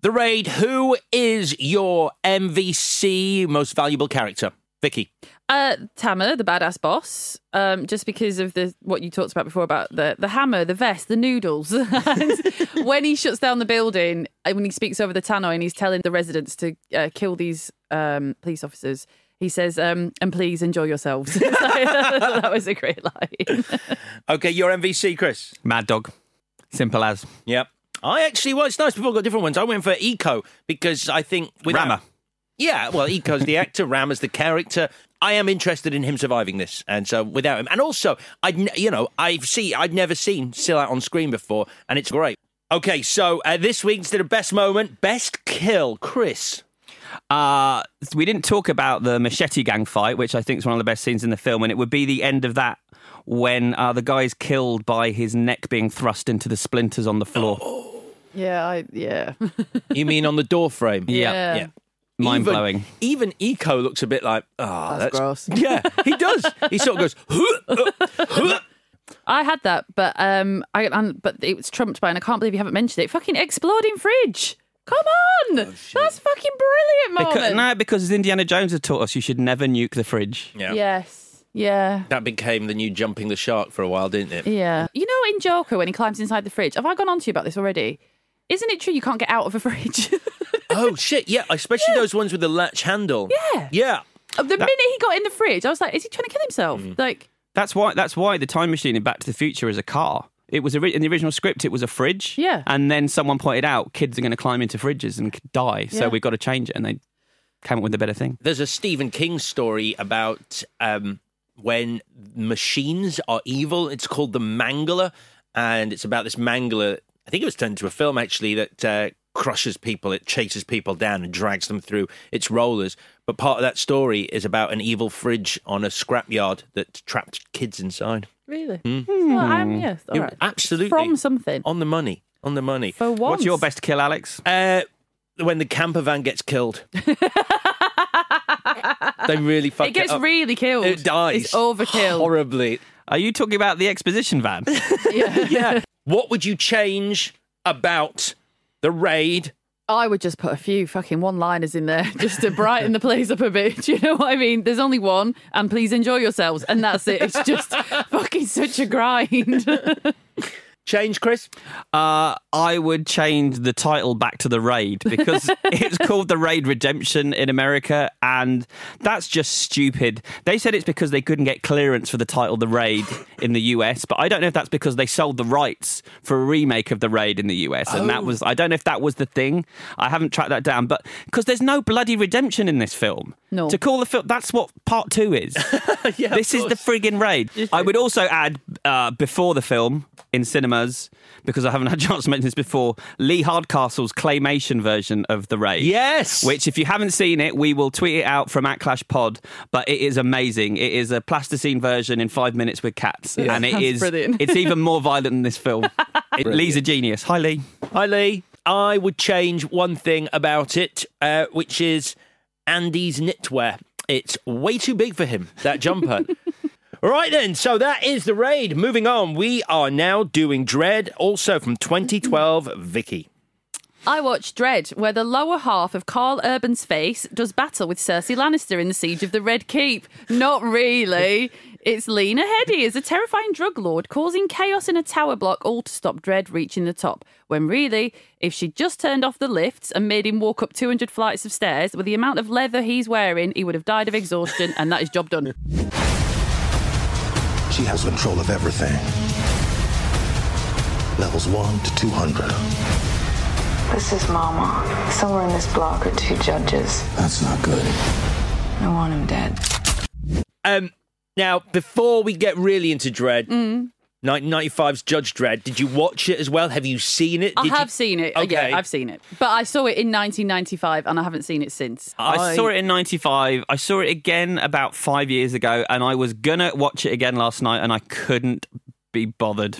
the raid. Who is your MVC most valuable character, Vicky? Uh, Tama, the badass boss, um, just because of the what you talked about before about the the hammer, the vest, the noodles. *laughs* And when he shuts down the building, uh, and when he speaks over the tannoy and he's telling the residents to uh, kill these um, police officers, He says, um, and please enjoy yourselves. *laughs* So, that was a great line. Okay, your MVC, Chris. Mad Dog. Simple as. Yep. I actually, well, it's nice people got different ones. I went for Eco because I think with Rammer. Yeah, well, Eco's the actor, *laughs* Ram is the character. I am interested in him surviving this, and so without him, and also I'd n- you know I've see I'd never seen Sil out on screen before, and it's great. Okay, so uh, this week's did a best moment, best kill, Chris. Uh, we didn't talk about the machete gang fight, which I think is one of the best scenes in the film, and it would be the end of that when uh, the guy is killed by his neck being thrust into the splinters on the floor. Oh. yeah, I, yeah. You mean on the door frame? Yeah. yeah. Mind Even- blowing. Even Eco looks a bit like, oh, That's that's, gross. *laughs* Yeah, he does. he sort of *laughs* goes, "Huh, uh, huh." I had that, but um, I and, but it was trumped by, and I can't believe you haven't mentioned it. Fucking exploding fridge! Come on, that's fucking brilliant Because, moment. no, because as Indiana Jones has taught us, you should never nuke the fridge. Yes, yeah, That became the new jumping the shark for a while, didn't it? yeah. You know, in Joker when he climbs inside the fridge, have I gone on to you about this already? Isn't it true you can't get out of a *laughs* *laughs* fridge? Oh shit! Yeah, especially those ones with the latch handle. Yeah. Yeah. the minute he got in the fridge, I was like, is he trying to kill himself? Mm. Like, That's why. That's why the time machine in Back to the Future is a car. It was ori- in the original script. It was a fridge. Yeah. And then someone pointed out kids are going to climb into fridges and could die, so Yeah. we've got to change it. And they came up with a better thing. There's a Stephen King story about um, when machines are evil. It's called the Mangler, and it's about this Mangler. I think it was turned into a film actually that uh, crushes people. It chases people down and drags them through its rollers. But part of that story is about an evil fridge on a scrapyard that trapped kids inside. really? Well, I'm yes, all Mm. You- right. Absolutely From something. on the money. On the money. For once. What's your best kill, Alex? Uh, when the camper van gets *laughs* killed. they really fuck It gets up. really killed. It dies. *gasps* It's overkill. *laughs* Horribly. Are you talking about the exposition van? Yeah. what would you change about the raid? I would just put a few fucking one liners in there *laughs* just to brighten the place up a bit. *laughs* Do you know what I mean? There's only one, and please enjoy yourselves. And that's it. It's just *laughs* fucking such a grind. *laughs* Change, Chris? Uh, I would change the title back to The Raid because it's called The Raid Redemption in America, and that's just stupid. They said it's because they couldn't get clearance for the title The Raid in the US, but I don't know if that's because they sold the rights for a remake of The Raid in the US, and that was I don't know if that was the thing. I haven't tracked that down, but because there's no bloody redemption in this film. No. To call the film that's what part two is. *laughs* this is the friggin' raid. I would also add uh, before the film in cinemas because I haven't had a *laughs* chance to mention this before. Lee Hardcastle's claymation version of the raid. Yes. Which, if you haven't seen it, we will tweet it out from at Clash Pod. But it is amazing. It is a plasticine version in five minutes with cats, and it sounds is brilliant. it's even more violent than this film. It- Lee's a genius. Hi, Lee. Hi, Lee. I would change one thing about it, uh, which is Andy's knitwear. It's way too big for him, that jumper. All right, then. So that is the raid. Moving on, we are now doing Dread, also from 2012, Vicky. I watched Dread, where the lower half of Carl Urban's face does battle with Cersei Lannister in the Siege of the Red Keep. Not really. It's Lena Headey as a terrifying drug lord causing chaos in a tower block, all to stop Dread reaching the top. When really, if she'd just turned off the lifts and made him walk up 200 flights of stairs with the amount of leather he's wearing, he would have died of exhaustion, and that is job done. She has control of everything. Levels 1 to 200. This is Mama. Somewhere in this block are two judges. That's not good. I want him dead. Um, now, before we get really into Dread, Mm. 1995's Judge Dread, did you watch it as well? Have you seen it? I Did you- have seen it. uh, Okay. Yeah, I've seen it. But I saw it in 1995, and I haven't seen it since. I, saw it in 95. I saw it again about five years ago, and I was going to watch it again last night, and I couldn't be bothered.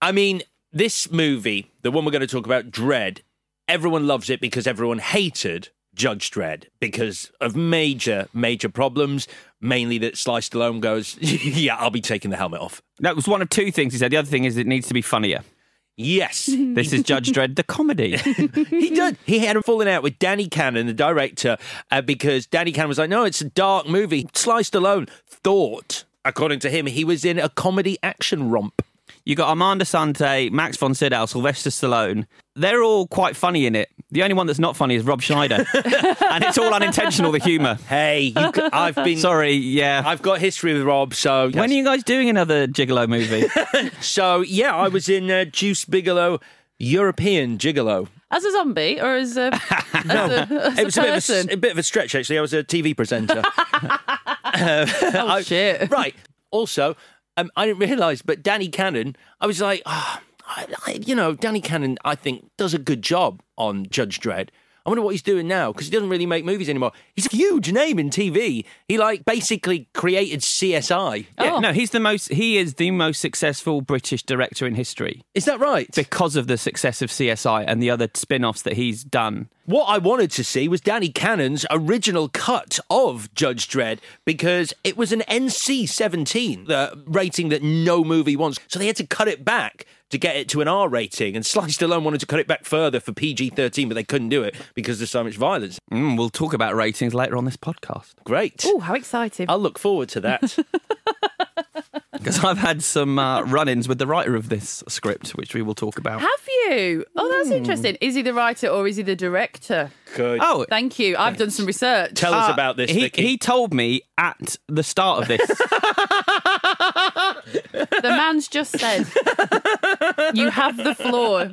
I mean, this movie, the one we're going to talk about, Dread, everyone loves it because everyone hated Judge Dredd because of major, major problems. Mainly that Sly Stallone goes, *laughs* Yeah, I'll be taking the helmet off. that was one of two things he said. The other thing is it needs to be funnier. *laughs* Yes. This is Judge Dredd, the comedy. he did. He had a falling out with Danny Cannon, the director, uh, because Danny Cannon was like, "No, it's a dark movie." Sly Stallone thought, according to him, he was in a comedy action romp. You got Armando Sante, Max von Sydow, Sylvester Stallone. They're all quite funny in it. The only one that's not funny is Rob Schneider, and it's all unintentional. The humour. Hey, you c- I've been sorry. Yeah, I've got history with Rob. So when are you guys doing another Gigolo movie? so yeah, I was in uh, Juice Bigelow, European Gigolo. As a zombie or *laughs* as a, as a, as it was a bit, of a a, person? s- a bit of a stretch actually. I was a TV presenter. oh, shit. right. Also, um, I didn't realise, but Danny Cannon, I was like, ah, I, I, you know, Danny Cannon, I think does a good job on Judge Dredd. I wonder what he's doing now because he doesn't really make movies anymore. He's a huge name in TV. He like basically created CSI. Yeah, Oh. no, he's the most. He is the most successful British director in history Is that right? because of the success of CSI and the other spin-offs that he's done. What I wanted to see was Danny Cannon's original cut of Judge Dredd because it was an NC 17, the rating that no movie wants. So they had to cut it back to get it to an R rating. And Sly Stallone wanted to cut it back further for PG 13, but they couldn't do it because there's so much violence. Mm, we'll talk about ratings later on this podcast Great. Oh, how exciting. I'll look forward to that. because I've had some uh, run-ins with the writer of this script, which we will talk about. Have you? Oh, Hmm. that's interesting. Is he the writer or is he the director? *laughs* Good. Oh, Thank you. I've done some *laughs* research. Tell us Uh, about this, He, Vicky. he told me at the start *laughs* of this. The man's just said, "You have the floor.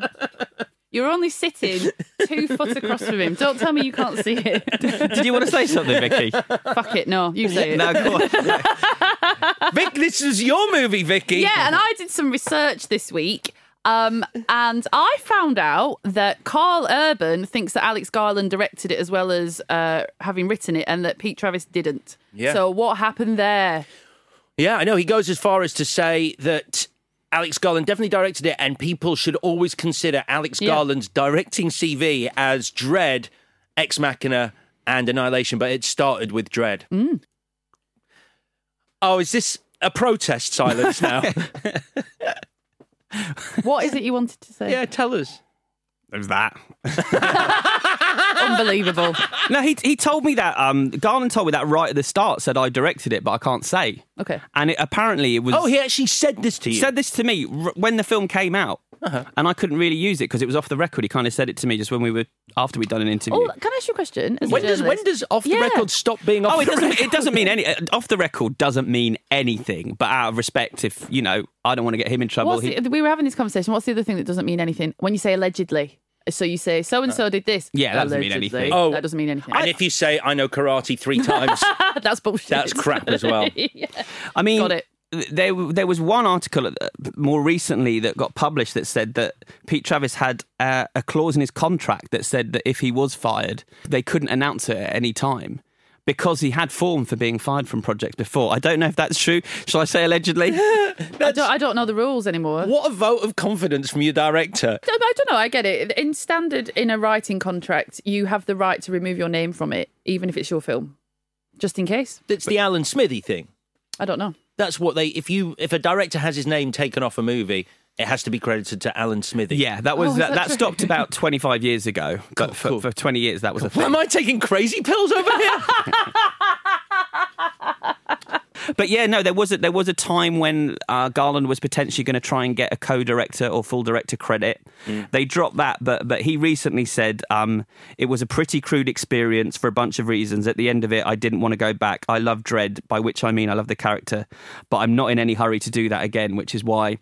You're only sitting two foot across from him. Don't tell me you can't *laughs* see it. Did you want to say something, Vicky? Fuck it. No, you say it. No, go on. Vic, this is your movie, Vicky. Yeah, and I did some research this week. Um, and I found out that Carl Urban thinks that Alex Garland directed it as well as uh, having written it, and that Pete Travis didn't. Yeah. So what happened there? Yeah, I know. He goes as far as to say that Alex Garland definitely directed it, and people should always consider Alex Yeah. Garland's directing CV as Dread, Ex Machina, and Annihilation, but it started with Dread. Oh, is this a protest silence now? *laughs* What is it you wanted to *laughs* say? yeah, tell us. There's that. Unbelievable. No, he he told me that. Um, Garland told me that right at the start. Said I directed it, but I can't say. Okay. And it, apparently it was. Oh, he actually said this to you. said this to me r- when the film came out, Uh-huh. and I couldn't really use it because it was off the record. He kind of said it to me just when we were after we'd done an interview. Oh, can I ask you a question? as a when does when journalist? does off the Yeah. record stop being off Oh, it the doesn't. record? It doesn't mean any. uh, Off the record doesn't mean anything. But out of respect, if you know, I don't want to get him in trouble. What's He- the- we were having this conversation. What's the other thing that doesn't mean anything? When you say allegedly, so you say so and Uh, so did this. Yeah, that doesn't mean Allegedly. anything. Oh. that doesn't mean anything. and if you say I know karate three times, *laughs* that's bullshit. that's crap as well. *laughs* Yeah. I mean, Got it. th- There, there was one article uh, more recently that got published that said that Pete Travis had uh, a clause in his contract that said that if he was fired, they couldn't announce it at any time because he had form for being fired from projects before. I don't know if that's true. Shall I say allegedly? I don't, I don't know the rules anymore. What a vote of confidence from your director. I don't know. I get it. In standard, in a writing contract, you have the right to remove your name from it, even if it's your film, just in case. That's the Alan Smithy thing. I don't know. That's what they. If you if a director has his name taken off a movie, it has to be credited to Alan Smithy. yeah, that was Oh, is that, that that true? stopped about twenty five years ago, but for, cool. for twenty years that was a Am thing. I taking crazy pills over here? But yeah, no, there was a, there was a time when uh, Garland was potentially going to try and get a co-director or full director credit. Mm. They dropped that, but but he recently said um, it was a pretty crude experience for a bunch of reasons. At the end of it, I didn't want to go back. I love Dread, by which I mean I love the character, but I'm not in any hurry to do that again, which is why.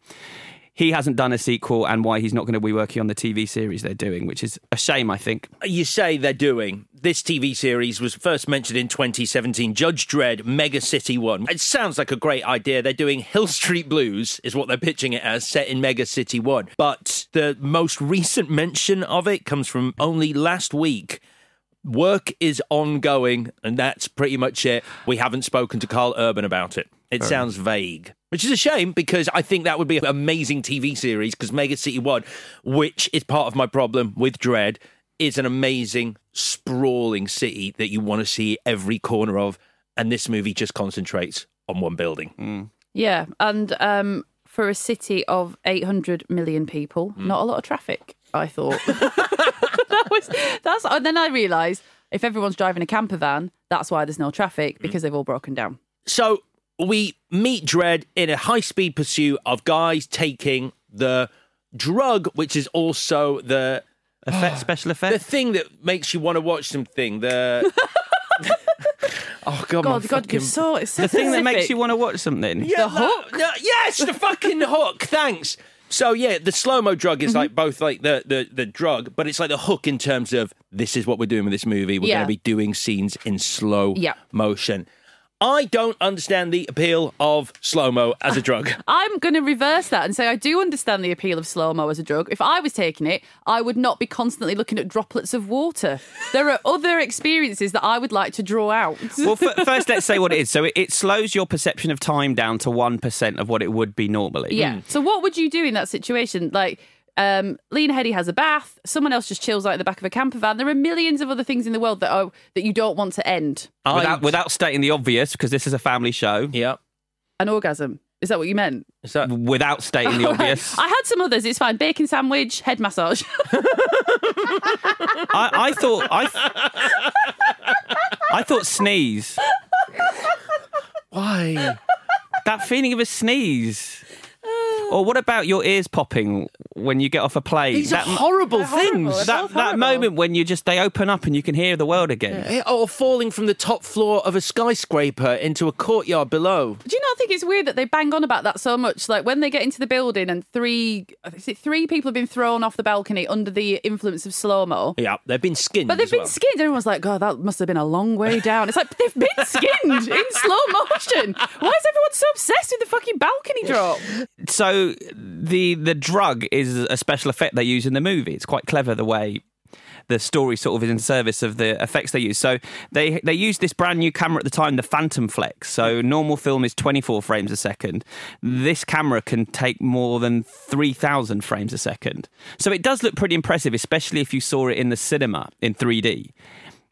He hasn't done a sequel, and why he's not going to be working on the TV series they're doing, which is a shame, I think. you say they're doing this TV series was first mentioned in 2017. Judge Dredd, Mega City One. It sounds like a great idea. They're doing Hill Street Blues, is what they're pitching it as, set in Mega City One. But the most recent mention of it comes from only last week. Work is ongoing, and that's pretty much it. We haven't spoken to Carl Urban about it. It sounds vague, which is a shame because I think that would be an amazing TV series. Because Mega City One, which is part of my problem with Dread, is an amazing, sprawling city that you want to see every corner of. And this movie just concentrates on one building. Yeah, and um, for a city of 800 million people, Hmm. not a lot of traffic. *laughs* I thought *laughs* that was that's. And then I realised if everyone's driving a camper van, that's why there's no Hmm. traffic because they've all broken down. So we meet Dread in a high speed pursuit of guys taking the drug, which is also the *sighs* effect, special The effects. thing that makes you want to watch something, *laughs* the. oh, God, my God, God, fucking- you're so it's so The thing that makes specific. you want to watch something. Yeah, The hook? no, yes, the fucking hook. Thanks. So yeah, the slow mo drug is Mm-hmm. like both like the, the the drug, but it's like the hook in terms of this is what we're doing with this movie. We're Yeah. going to be doing scenes in slow Yeah. motion. I don't understand the appeal of slow mo as a *laughs* drug. I'm going to reverse that and say I do understand the appeal of slow mo as a drug. If I was taking it, I would not be constantly looking at droplets of water. There are other experiences that I would like to draw out. *laughs* well, f- first, let's say what it is. So it, it slows your perception of time down to 1% of what it would be normally. Yeah. Mm. So what would you do in that situation? Like, um, Lena Headey has a bath. Someone else just chills out in the back of a camper van. There are millions of other things in the world that are that you don't want to end. Without, without stating the obvious, because this is a family show, Yeah. An orgasm. Is that what you meant? So without stating the All right. obvious, I had some others. It's fine. Bacon sandwich, head massage. I, I thought *laughs* I, th- I thought sneeze. *gasps* why? That feeling of a sneeze. Uh. Or what about your ears popping when you get off a plane? These that are horrible horrible. things. They're that, that moment when you just they open up and you can hear the world again. Eh, Or falling from the top floor of a skyscraper into a courtyard below. Do you not think it's weird that they bang on about that so much? Like when they get into the building and three, is it three people have been thrown off the balcony under the influence of slow mo. Yeah, they've been skinned. But they've as been well. skinned. Everyone's like, God, that must have been a long way down. It's like they've been skinned in slow motion. Why is everyone so obsessed with the fucking balcony *laughs* drop? So the the drug is a special effect they use in the movie. It's quite clever the way the story sort of is in service of the effects they use. So they they used this brand new camera at the time, the Phantom Flex. So normal film is 24 frames a second. This camera can take more than 3,000 frames a second. So it does look pretty impressive, especially if you saw it in the cinema in 3D.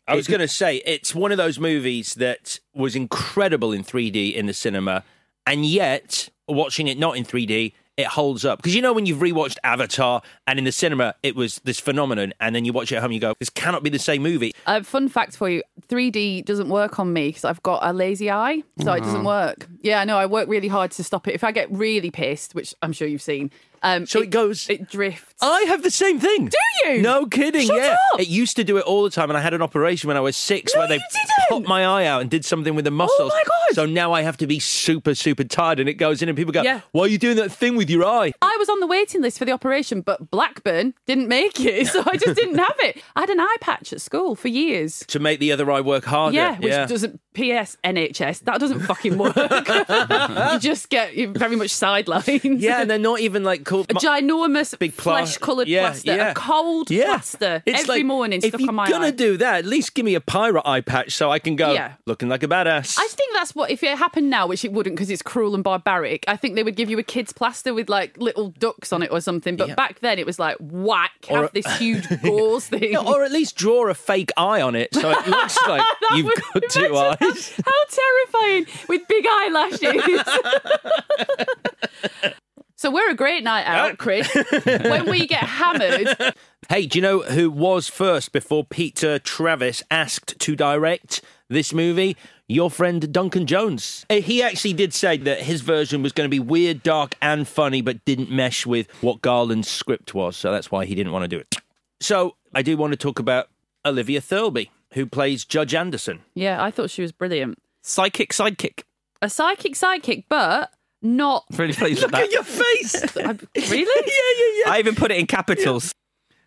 I was going to say it's one of those movies that was incredible in 3D in the cinema, and yet watching it not in 3D, it holds up. Because you know when you've rewatched Avatar, and in the cinema it was this phenomenon, and then you watch it at home, you go, "This cannot be the same movie." Uh, fun fact for you 3D doesn't work on me because I've got a lazy eye, so it Mm-hmm. doesn't work. Yeah, I know. I work really hard to stop it. If I get really pissed, which I'm sure you've seen, um, So it goes- Oh, It drifts. I have the same thing. Do you? No kidding. Shut yeah, up. it used to do it all the time, and I had an operation when I was six No, where they you didn't. Oh popped my eye out and did something with the muscles. my God. So now I have to be super, super tired, and it goes in, and people go, Yeah. "Why are you doing that thing with your eye?" I was on the waiting list for the operation, but Blackburn didn't make it, *laughs* so I just didn't have it. I had an eye patch at school for years. To make the other eye work harder. Yeah, which doesn't. P.S. NHS that doesn't *laughs* fucking work. you just get you're very much sidelined. Yeah, and they're not even like called a mu- ginormous big pla- flesh-coloured yeah, plaster, yeah. a cold Yeah. plaster It's every like, morning If stuck you're on my gonna eye. do that, at least give me a pirate eye patch so I can go Yeah. looking like a badass. I think that's what if it happened now, which it wouldn't because it's cruel and barbaric. I think they would give you a kid's plaster with like little ducks on it or something. But Yeah. back then it was like whack, Or have a- this *laughs* huge gauze thing. Yeah, or at least draw a fake eye on it so it *laughs* looks like That you've would- got two imagine that. eyes. *laughs* How terrifying with big *laughs* eyelashes. so we're a great night out, Chris. when we get hammered, Hey, do you know who was first before Peter Travis asked to direct this movie? Your friend Duncan Jones. Uh, He actually did say that his version was going to be weird, dark, and funny, but didn't mesh with what Garland's script was. So that's why he didn't want to do it. So I do want to talk about Olivia Thirlby, who plays Judge Anderson. yeah, I thought she was brilliant. Psychic sidekick. A psychic sidekick, but not Really pleased with that. face! *laughs* really. yeah, I even put it in capitals.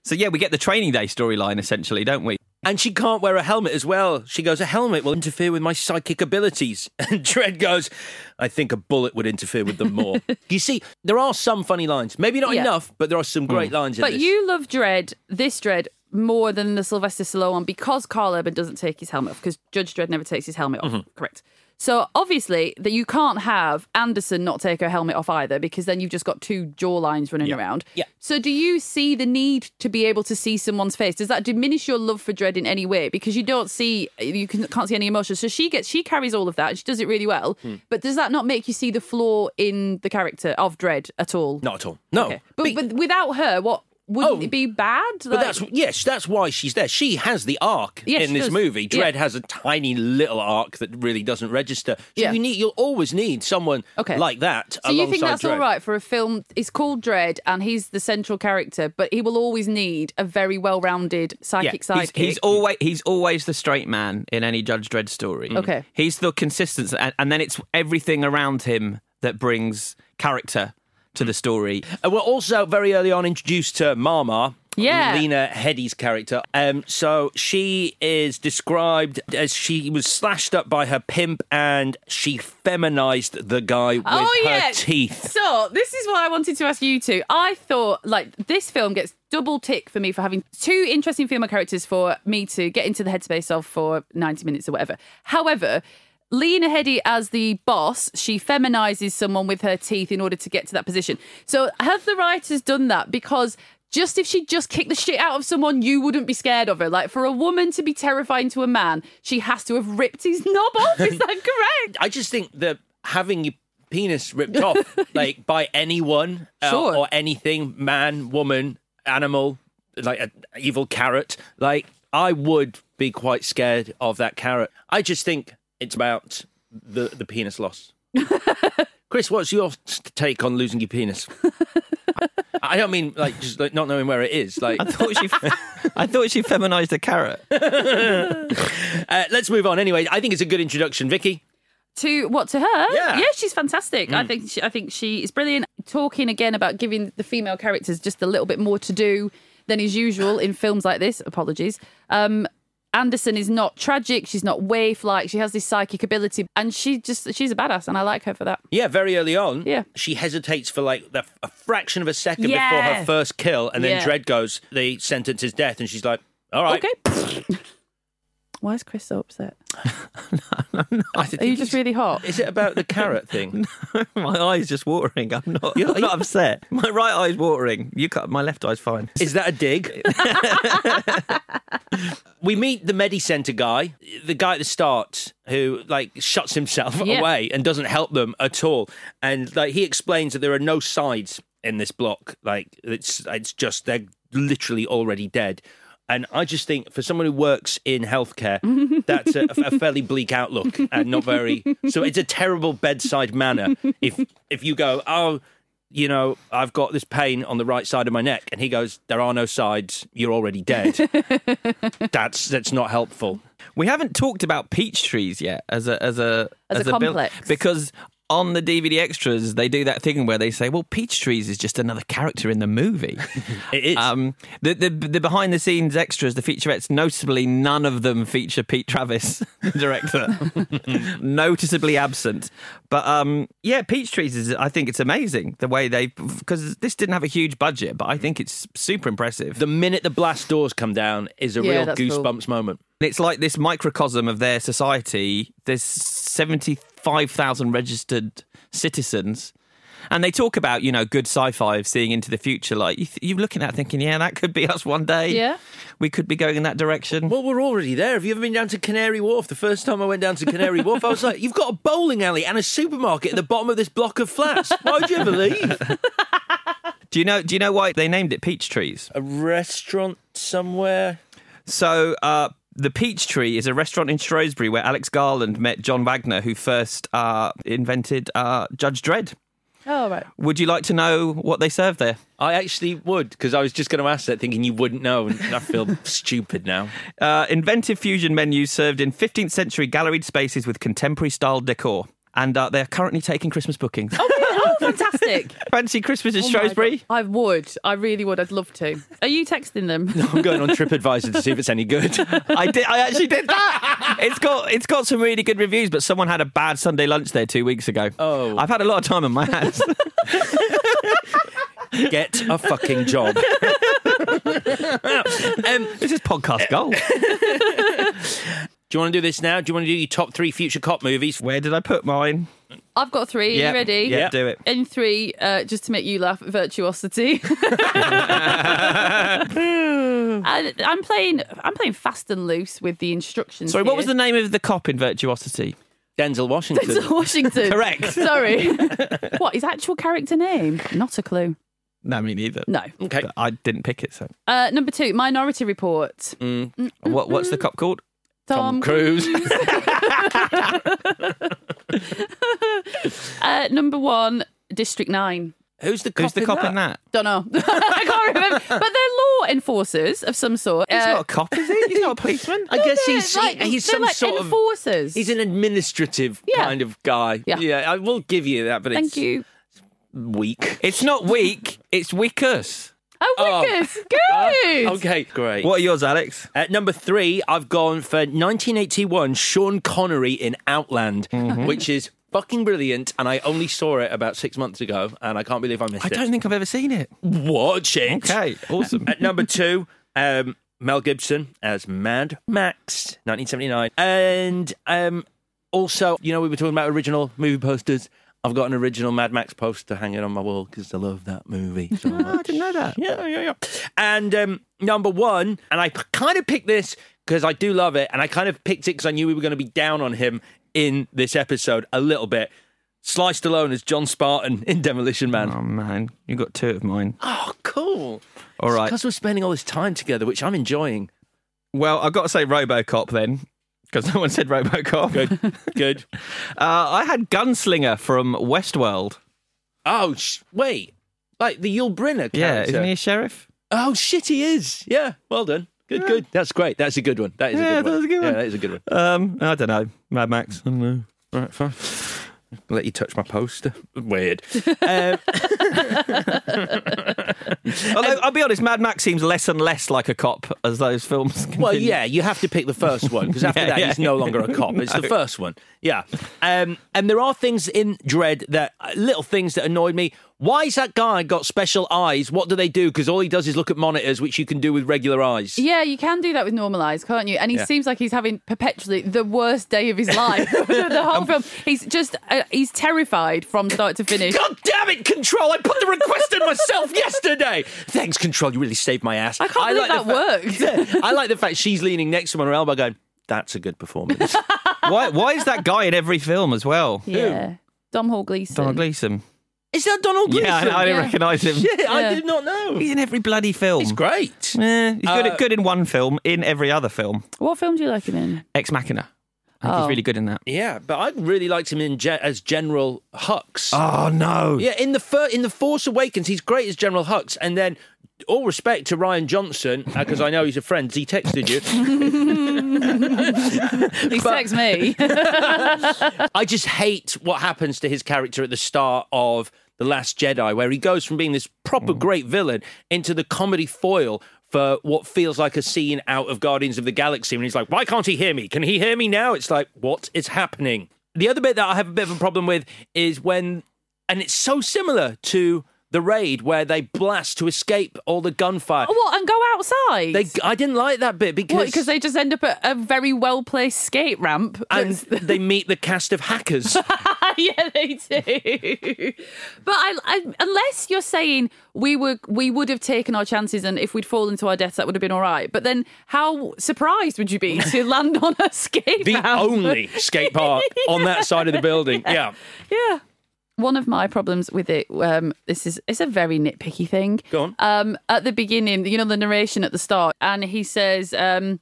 So yeah, we get the training day storyline essentially, don't we? And she can't wear a helmet as well. She goes, A helmet will interfere with my psychic abilities. *laughs* And Dredd goes, I think a bullet would interfere with them *laughs* more. you see, there are some funny lines. Maybe not Yeah. Mm. enough, but there are some great lines in But this. you love Dread, this Dread, more than the Sylvester Stallone one because Carl Urban doesn't take his helmet off, because Judge Dredd never takes his helmet off. Correct. So obviously that you can't have Anderson not take her helmet off either, because then you've just got two jaw lines running around. Yeah. So do you see the need to be able to see someone's face? Does that diminish your love for Dread in any way? Because you don't see, you can, can't see any emotion. So she gets, she carries all of that. and She does it really well. But does that not make you see the flaw in the character of Dread at all? Not at all. No. Okay. But, but without her, what wouldn't it be bad? Oh, But that's yes, that's why she's there. She has the arc Yeah, in she this does. movie. Yeah. Dread has a tiny little arc that really doesn't register. So Yeah. you need, you'll always need someone Okay. like that. So you alongside think that's Dredd. all right for a film? It's called Dread, and he's the central character, but he will always need a very well-rounded psychic he's, sidekick. he's always he's always the straight man in any Judge Dredd story. Mm. Okay. he's the consistency, and, and then it's everything around him that brings character to the story. And Uh, we're also very early on introduced to Mama. Yeah. Lena Headey's character. Um, so she is described as she was slashed up by her pimp and she feminized the guy with oh her yeah, teeth. So this is what I wanted to ask you two. I thought like this film gets double tick for me for having two interesting female characters for me to get into the headspace of for ninety minutes or whatever. However. Lena Headey as the boss, she feminizes someone with her teeth in order to get to that position. So have the writers done that? Because just if she just kicked the shit out of someone, you wouldn't be scared of her. Like for a woman to be terrifying to a man, she has to have ripped his *laughs* knob off. Is that correct? I just think that having your penis ripped *laughs* off, like by anyone uh, Sure. or anything, man, woman, animal, like an evil carrot, like I would be quite scared of that carrot. I just think it's about the, the penis *laughs* loss. Chris, what's your s- take on losing your *laughs* penis? I don't mean like just like not knowing where it is. Like I thought she, *laughs* I thought she feminized a carrot. *laughs* uh, let's move on. Anyway, I think it's a good introduction, Vicky. to what to her? Yeah. she's fantastic. I think she, I think she is brilliant. Talking again about giving the female characters just a little bit more to do than is usual in films like this. Apologies. Um, Anderson is not tragic. She's not waif like. She has this psychic ability, and she just she's a badass, and I like her for that. Yeah, very early on. Yeah. She hesitates for like the, a fraction of a second before Yeah. her first kill, and then Yeah. Dread goes, the sentence is death, and she's like, all right. Okay. *laughs* Why is Chris so upset? I Are *laughs* you just really hot? Is it about *laughs* the carrot thing? My eye's just watering. I'm not. Yeah. I'm not upset. My right eye's watering. You cut. My left eye's fine. Is that a *laughs* dig? we meet the Medi Center guy, the guy at the start who like shuts himself Yeah. away and doesn't help them at all. And like he explains that there are no sides in this block. Like it's it's just they're literally already dead. And I just think for someone who works in healthcare, that's a, a fairly bleak outlook and not very. So it's a terrible bedside manner. If if you go, oh, you know, I've got this pain on the right side of my neck, and he goes, "There are no sides. You're already dead." that's that's not helpful. We haven't talked about peach trees yet as a as a As a build- complex. because on the DVD extras they do that thing where they say, "Well, peach trees is just another character in the *laughs* movie." It is. um, the, the the behind the scenes extras, the featurettes, noticeably none of them feature Pete Travis, *laughs* the director, noticeably absent. But um, yeah, peach trees is I think it's amazing the way they because this didn't have a huge budget, but I think it's super impressive. the minute the blast doors come down is a Yeah, real that's cool. goosebumps moment. It's like this microcosm of their society. There's 75,000 registered citizens. And they talk about, you know, good sci fi of seeing into the future. Like, you th- you're looking at it thinking, yeah, that could be us one day. Yeah. We could be going in that direction. Well, we're already there. Have you ever been down to Canary Wharf? The first time I went down to Canary Wharf, I was like, "You've got a bowling alley and a supermarket at the bottom of this block of flats. Why would you ever leave?" Do you know Do you know why they named it peach trees? *laughs* a restaurant somewhere. So, uh, the Peach Tree is a restaurant in Shrewsbury where Alex Garland met John Wagner, who first uh, invented uh, Judge Dredd. Oh right. Would you like to know what they serve there? I actually would because I was just going to ask that, thinking you wouldn't know, and I *laughs* feel stupid now. Uh, inventive fusion menus served in 15th century galleried spaces with contemporary style decor. And uh, they're currently taking Christmas bookings. Oh, fantastic! *laughs* Fancy Christmas in Oh my Shrewsbury? God. I would. I really would. I'd love to. Are you texting them? I'm going on TripAdvisor to see if it's any good. I did. I actually did that. It's got it's got some really good reviews, but someone had a bad Sunday lunch there two weeks ago. Oh. I've had a lot of time on my hands. *laughs* Get a fucking *laughs* job. um, *laughs* this is podcast gold. do you want to do this now? Do you want to do your top three future cop movies? Where did I put mine? I've got three. Are Yeah. you ready? Yeah, do it. In three, uh, just to make you laugh, virtuosity. *laughs* and I'm playing. I'm playing fast and loose with the instructions. Sorry, what was the here. name of the cop in Virtuosity? Denzel *laughs* Washington. Denzel Washington. Correct. Sorry. what his actual character name? Not a clue. No, me neither. No. Okay. I didn't pick it, so. Uh, number two, Minority Report. Mm. What, what's the cop called? Tom Cruise. Uh, number one, District Nine. Who's the Who's cop the in cop that? in that? Don't know. *laughs* I can't remember. But they're law enforcers of some sort. He's Uh, not a cop, is he? He's not *laughs* a policeman. I guess he's like- he- he's they're some like sort enforcers. of he's an administrative Yeah. kind of guy. Yeah. I will give you that, but it's Thank you. weak. It's not weak, it's weakers. Oh, Wickers. Good. Uh, Oh, Okay, great. What are yours, Alex? At number three, I've gone for 1981 Sean Connery in Outland, which is fucking brilliant, and I only saw it about six months ago, and I can't believe I missed I it. don't think I've ever seen it. Watch it. Okay, awesome. At number two, um, Mel Gibson as Mad Max, 1979. And um, also, you know, we were talking about original movie posters. I've got an original Mad Max poster hanging on my wall because I love that movie so much. Ah, I didn't know that. Yeah, yeah, yeah. And um, number one, and I kind of picked this because I do love it, and I kind of picked it because I knew we were going to be down on him in this episode a little bit. Sliced alone as John Spartan in Demolition Man. Oh, man. You got two of mine. Oh, cool. All right. Because we're spending all this time together, which I'm enjoying. Well, I've got to say Robocop then, because no one said *laughs* Robocop. Good. Good. Uh, I had Gunslinger from Westworld. Oh, sh- wait. Like the Yul Brynner character. Yeah, isn't he a sheriff? Oh, shit, he is. Yeah, well done. Good, good. That's great. That's a good one. That is Yeah, a good that one. was a good one. Yeah, that is a good one. Um, I don't know. Mad Max. I don't Mm-hmm. know. Right, fine. Let you touch my poster. *laughs* Weird. *laughs* um, Although, I'll be honest, Mad Max seems less and less like a cop as those films continue. *laughs* well, yeah, you have to pick the first one because after Yeah, that, yeah. he's no longer a cop. It's the *laughs* No. first one. Yeah. Um, and there are things in Dread that uh, little things that annoyed me. Why is that guy got special eyes? What do they do? Because all he does is look at monitors, which you can do with regular eyes. Yeah, you can do that with normal eyes, can't you? And he Yeah. seems like he's having perpetually the worst day of his *laughs* life. the whole film, he's just uh, he's terrified from start to finish. God damn it, Control! I put the request in *laughs* myself yesterday. Thanks, Control. You really saved my ass. I can't believe the that fact- I like the fact she's leaning next to him on her elbow, going, "That's a good *laughs* performance." why, why is that guy in every film as well? Yeah, Dom Hall Gleason. Donald Gleason. is that Donald Gleason? Yeah, I, I didn't Yeah. recognise him. Shit, *laughs* I Yeah. did not know. He's in every bloody film. He's great. Eh, he's good, Uh, good in one film, in every other film. What film do you like him in? Ex Machina. I think Oh. he's really good in that. Yeah, but I really liked him in Ge- as General Hux. Ah. Oh, no. Yeah, in the fir- in the Force Awakens, he's great as General Hux, and then. All respect to Ryan Johnson, because I know he's a friend. He texted you. He sex me. *laughs* I just hate what happens to his character at the start of The Last Jedi, where he goes from being this proper great villain into the comedy foil for what feels like a scene out of Guardians of the Galaxy. And he's like, why can't he hear me? Can he hear me now? It's like, what is happening? The other bit that I have a bit of a problem with is when, and it's so similar to The Raid, where they blast to escape all the gunfire. what and go outside? They, I didn't like that bit because because they just end up at a very well placed skate ramp. *laughs* and that's- they meet the cast of hackers. *laughs* yeah, they do. But I, I, unless you're saying we were, we would have taken our chances, and if we'd fallen to our deaths, that would have been all right. But then, how surprised would you be to *laughs* land on a *laughs* skate? the ramp? only skate park *laughs* on that side of the building. Yeah. Yeah. One of my problems with it, um, this is it's a very nitpicky thing. Go on. Um, at the beginning, you know, the narration at the start, and he says, um,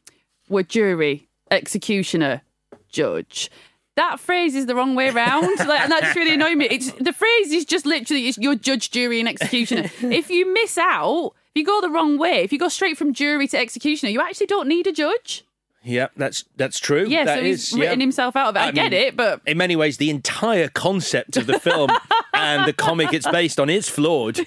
"We're jury, executioner, judge." That phrase is the wrong way *laughs* around, like, and that's really annoying me. It's the phrase is just literally it's your judge, jury, and executioner. *laughs* if you miss out, if you go the wrong way, if you go straight from jury to executioner, you actually don't need a judge. Yeah, that's that's true. Yeah, That so he's is, yeah. written himself out of it. I, I get mean- it, but In many ways, the entire concept of the *laughs* film and the comic it's based on is flawed.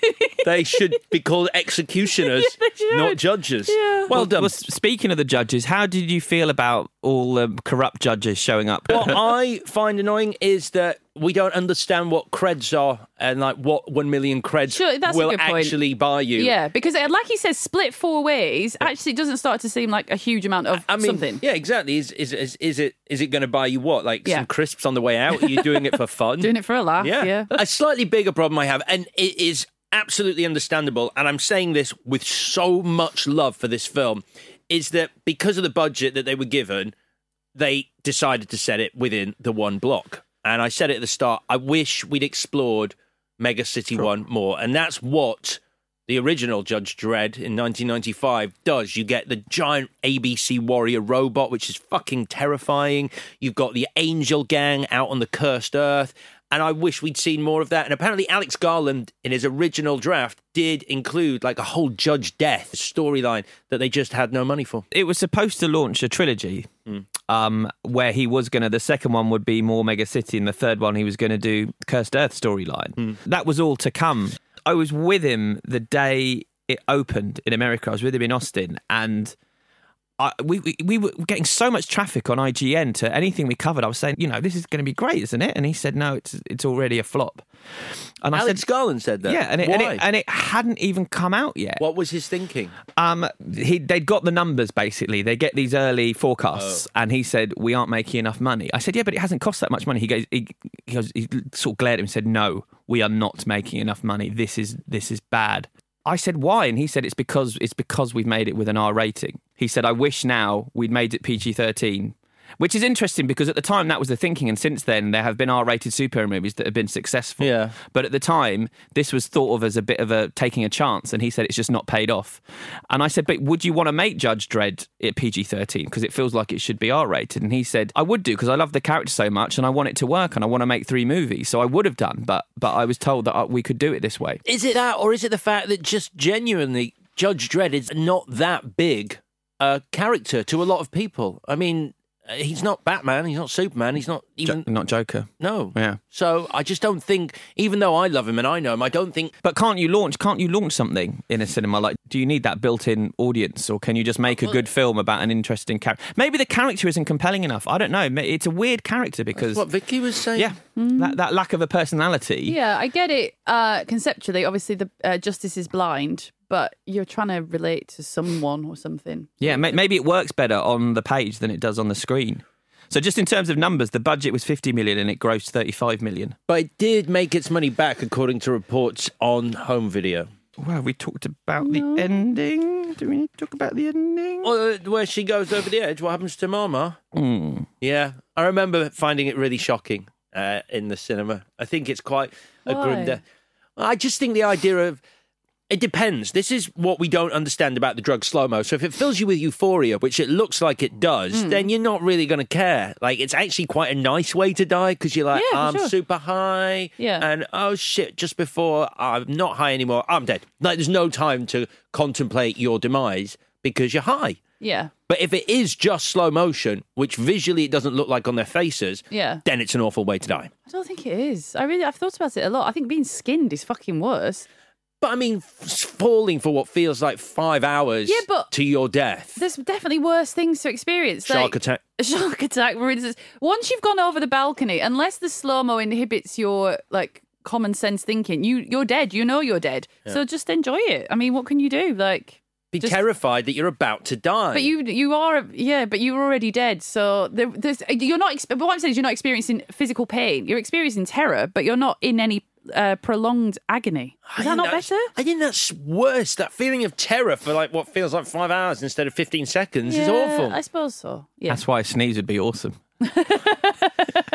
They should be called *laughs* executioners, they should. not judges. Yeah. Well done. Well, s- speaking of the judges, how did you feel about all the corrupt judges showing up? what I find annoying is that we don't understand what creds are and like what one million creds Sure, that's a will good point. actually buy you. Yeah, because uh, like he says, split four ways actually doesn't start to seem like a huge amount of I mean, something. yeah, exactly. Is is is, is it is it going to buy you what? Like Yeah. some crisps on the way out? Are you doing *laughs* it for fun? Doing it for a laugh. Yeah. A slightly bigger problem I have, and it is absolutely understandable, and I'm saying this with so much love for this film, is that because of the budget that they were given, they decided to set it within the one block. And I said it at the start, I wish we'd explored Mega City 1 more. And that's what the original Judge Dredd in 1995 does. You get the giant ABC warrior robot, which is fucking terrifying. You've got the Angel Gang out on the cursed earth. And I wish we'd seen more of that. And apparently, Alex Garland, in his original draft, did include like a whole Judge Death storyline that they just had no money for. It was supposed to launch a trilogy Mm. um, where he was going to, the second one would be more Mega City, and the third one he was going to do Cursed Earth storyline. Mm. That was all to come. I was with him the day it opened in America. I was with him in Austin, and I, we, we we were getting so much traffic on IGN to anything we covered. I was saying, you know, this is going to be great, isn't it? And he said, no, it's it's already a flop. And I Alex said, Garland said that. Yeah, and it, and Why? it and it hadn't even come out yet. What was his thinking? Um, he, they'd got the numbers basically. They get these early forecasts, and he said we aren't making enough money. I said, yeah, but it hasn't cost that much money. He goes, he, he, goes, he sort of glared at him and said, no, we are not making enough money. This is this is bad. I said why, and he said it's because it's because we've made it with an R rating. He said I wish now we'd made it PG thirteen. Which is interesting because at the time that was the thinking, and since then there have been R-rated superhero movies that have been successful. Yeah. But at the time, this was thought of as a bit of a taking a chance, and he said it's just not paid off. And I said, but would you want to make Judge Dredd at PG thirteen because it feels like it should be R rated? And he said, I would do because I love the character so much, and I want it to work, and I want to make three movies, so I would have done. But but I was told that uh, we could do it this way. Is it that, or is it the fact that just genuinely Judge Dredd is not that big a character to a lot of people? I mean, uh, he's not Batman, he's not Superman, he's not even. Jo- not Joker. no. Yeah. So I just don't think, even though I love him and I know him, I don't think. But can't you launch? Can't you launch something in a cinema? Like, do you need that built-in audience, or can you just make a good film about an interesting character? Maybe the character isn't compelling enough. I don't know. Ma- It's a weird character because What Vicky was saying? yeah, that, that lack of a personality. hmm. Yeah, I get it uh, conceptually. Obviously, the uh, justice is blind, but you're trying to relate to someone or something. Yeah, ma- maybe it works better on the page than it does on the screen. So just in terms of numbers, the budget was 50 million and it grossed 35 million. But it did make its money back, according to reports on home video. Well, we talked about the ending. Do we need to talk about the ending? Well, Oh, uh, Where she goes over the edge, what happens to Mama? Hmm. Yeah, I remember finding it really shocking uh, in the cinema. I think it's quite a Why? grim death. I just think the idea of it depends. This is what we don't understand about the drug slow mo. So if it fills you with euphoria, which it looks like it does, Hmm. then you're not really going to care. Like it's actually quite a nice way to die because you're like, Yeah, I'm for sure. super high, Yeah. and oh shit, just before I'm not high anymore, I'm dead. Like there's no time to contemplate your demise because you're high. Yeah, But if it is just slow motion, which visually it doesn't look like on their faces, Yeah. then it's an awful way to die. I don't think it is. I really, I've thought about it a lot. I think being skinned is fucking worse. But I mean, f- falling for what feels like five hours Yeah, but- to your death. There's definitely worse things to experience. Shark like- attack. A shark attack, for instance. Once you've gone over the balcony, unless the slow mo inhibits your like common sense thinking, you you're dead. You know you're dead. So just enjoy it. I mean, what can you do? Like, Be just- terrified that you're about to die. But you you are yeah, but you're already dead. So there, there's you're not. exp- But what I'm saying is you're not experiencing physical pain. You're experiencing terror, but you're not in any uh, prolonged agony. I Is that think not that's- better? I think that's worse. That feeling of terror for like what feels like five hours instead of 15 seconds is Yeah, awful. I suppose so. Yeah. That's why a sneeze would be awesome.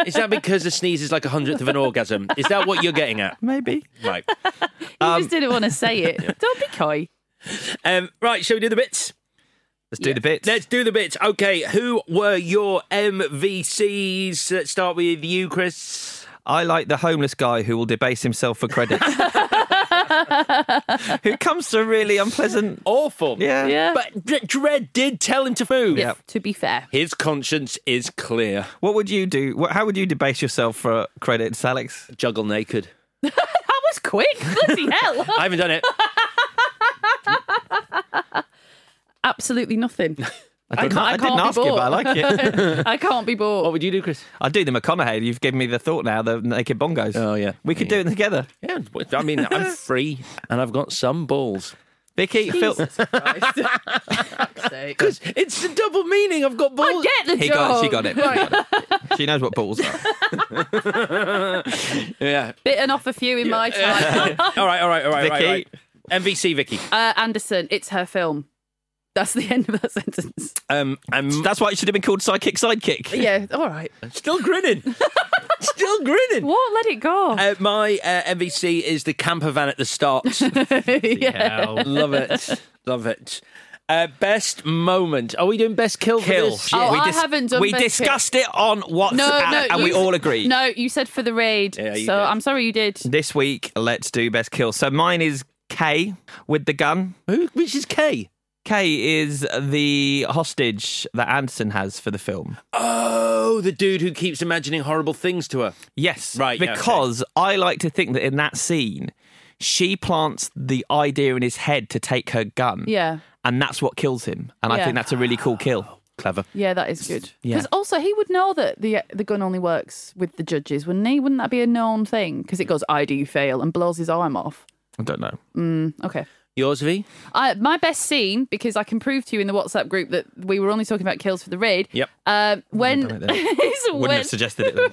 Is that because the sneeze is like a hundredth of an orgasm? Is that what you're getting at? Maybe. Right. you just didn't want to say *laughs* it. Don't be coy. Um, right, shall we do the bits? Let's do the bits. Let's do the bits. Okay, who were your MVCs? Let's start with you, Chris. I like the homeless guy who will debase himself for *laughs* credit. who comes to really unpleasant. Awful. Yeah. Yeah. But D- Dredd did tell him to move. Yeah. To be fair. His conscience is clear. What would you do? What, how would you debase yourself for credits, Alex? Juggle naked. That was quick. *laughs* *laughs* Bloody hell. I haven't done it. Absolutely nothing. I, didn't- can't- I I can't didn't be ask you, bored. but I like it. I can't be bored. What would you do, Chris? I'd do the McConaughey. You've given me the thought now, the naked bongos. Oh, yeah. We could do it together. Yeah, I mean, I'm free and I've got some balls. Vicky, Phil. Jesus *laughs* Christ. Fuck's sake. It's the double meaning. I've got I balls. get the He joke. got, it, she got it. She *laughs* got it. She knows what *laughs* balls are. Yeah. Bitten off a few in my time. *laughs* All right, all right, all right, Vicky. right, right. MVC Vicky. uh, Anderson, it's her film. That's the *laughs* end of that sentence. Um, I'm That's why it should have been called Psychic Sidekick. Yeah, all right. *laughs* still grinning. Still grinning. What? Let it *laughs* go. Uh, my uh, MVC is the camper van at the *laughs* start. yeah. Love it. Love it. Uh, best moment. Are we doing best kill? Kill. For this? Oh, I haven't done We best kill. discussed it on WhatsApp No, no, Uh, and you we s- all agreed. No, you said for the raid. Yeah, you so did. I'm sorry you did. This week, let's do best kill. So mine is K with the gun. Who? Which is K? K is the hostage that Anderson has for the film. Oh, the dude who keeps imagining horrible things to her. Yes, Right, yeah, okay. Because I like to think that in that scene, she plants the idea in his head to take her gun. Yeah. And that's what kills him. And I Yeah. think that's a really cool kill. Clever. Yeah, that is good. Yeah. Because also he would know that the uh, the gun only works with the judges, wouldn't he? Wouldn't that be a known thing? Because it goes ID fail and blows his arm off. I don't know. Okay. Yours, V? Uh, my best scene, because I can prove to you in the WhatsApp group that we were only talking about kills for the raid. Yep. Mm, Uh, when done it *laughs* then. is Wouldn't when have suggested it. Then.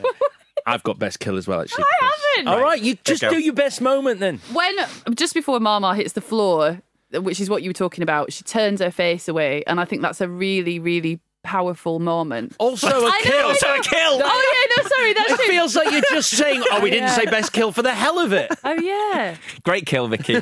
I've got best kill as well, actually. I haven't. All right, you just go. do your best moment then. when just before Mama hits the floor, which is what you were talking about, she turns her face away, and I think that's a really, really powerful moment. *laughs* Also I a know, kill. *laughs* I Also a know. kill. Oh yeah, no, sorry, that's It true. feels like you're just saying, "Oh, we didn't Yeah. say best kill for the hell of it." Oh yeah. Great kill, *laughs* Vicky.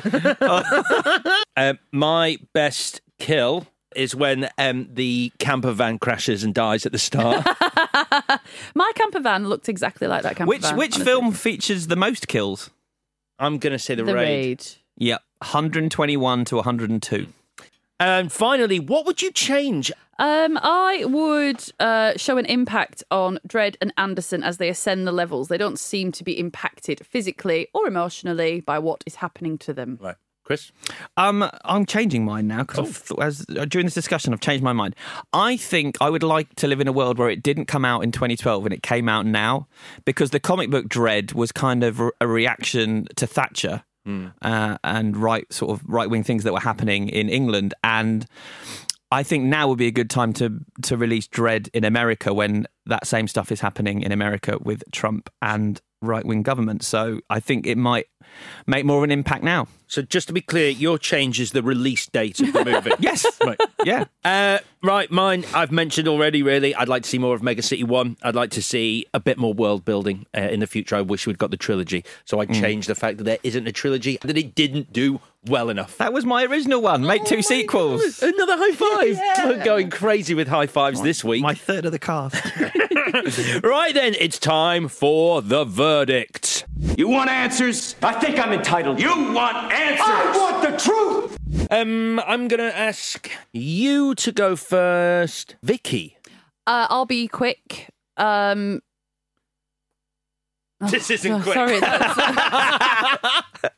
Um, my best kill is when um, the camper van crashes and dies at the start. *laughs* My camper van looked exactly like that camper which van. which honestly. film features the most kills? I'm going to say the, The raid. raid. Yep, 121 to 102. And finally, what would you change? Um, I would uh, show an impact on Dredd and Anderson as they ascend the levels. They don't seem to be impacted physically or emotionally by what is happening to them. Right, Chris. Um, I'm changing mine now because as uh, during this discussion, I've changed my mind. I think I would like to live in a world where it didn't come out in 2012 and it came out now, because the comic book Dread was kind of a reaction to Thatcher uh, and right sort of right wing things that were happening in England, and I think now would be a good time to to release Dread in America when that same stuff is happening in America with Trump and right wing government. So I think it might make more of an impact now. So just to be clear, your change is the release date of the *laughs* movie. Yes. Right. Yeah. Uh, right, mine. I've mentioned already. Really, I'd like to see more of Mega City One. I'd like to see a bit more world building uh, in the future. I wish we'd got the trilogy. So I changed the fact that there isn't a trilogy that it didn't do well enough. That was my original one. Make two sequels. Another high five. We're going crazy with high fives this week. *laughs* My third of the cast. Right then, it's time for the verdict. You want answers? I think I'm entitled. You want answers? I want the truth! Um, I'm gonna ask you to go first, Vicky. Uh, I'll be quick. *laughs* Um, this isn't oh, sorry, that's- uh,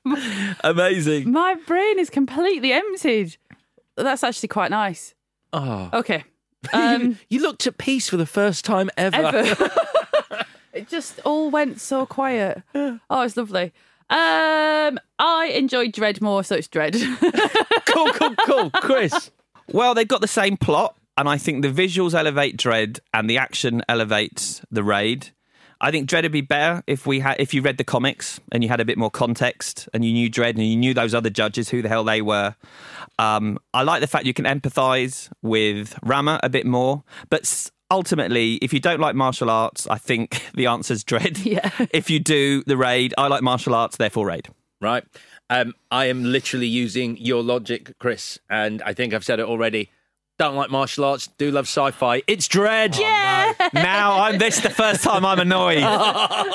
Amazing. my brain is completely emptied. That's actually quite nice. Oh. Okay. Um, You looked at peace for the first time ever. *laughs* ever. it just all went so quiet. Oh, it's lovely. Um, I enjoy Dread more, so it's Dread. *laughs* cool, cool, *laughs* cool, Chris. Well, they've got the same plot, and I think the visuals elevate Dread, and the action elevates the raid. I think Dread would be better if we had if you read the comics and you had a bit more context and you knew Dread and you knew those other judges who the hell they were. Um, I like the fact you can empathise with Rama a bit more, but s- ultimately, if you don't like martial arts, I think *laughs* the answer's Dread. Yeah. If you do the raid, I like martial arts, therefore raid. Right. Um, I am literally using your logic, Chris, and I think I've said it already. Don't like martial arts, do love sci-fi. It's dread. Yeah. Now I'm this is the first time *laughs* I'm annoyed.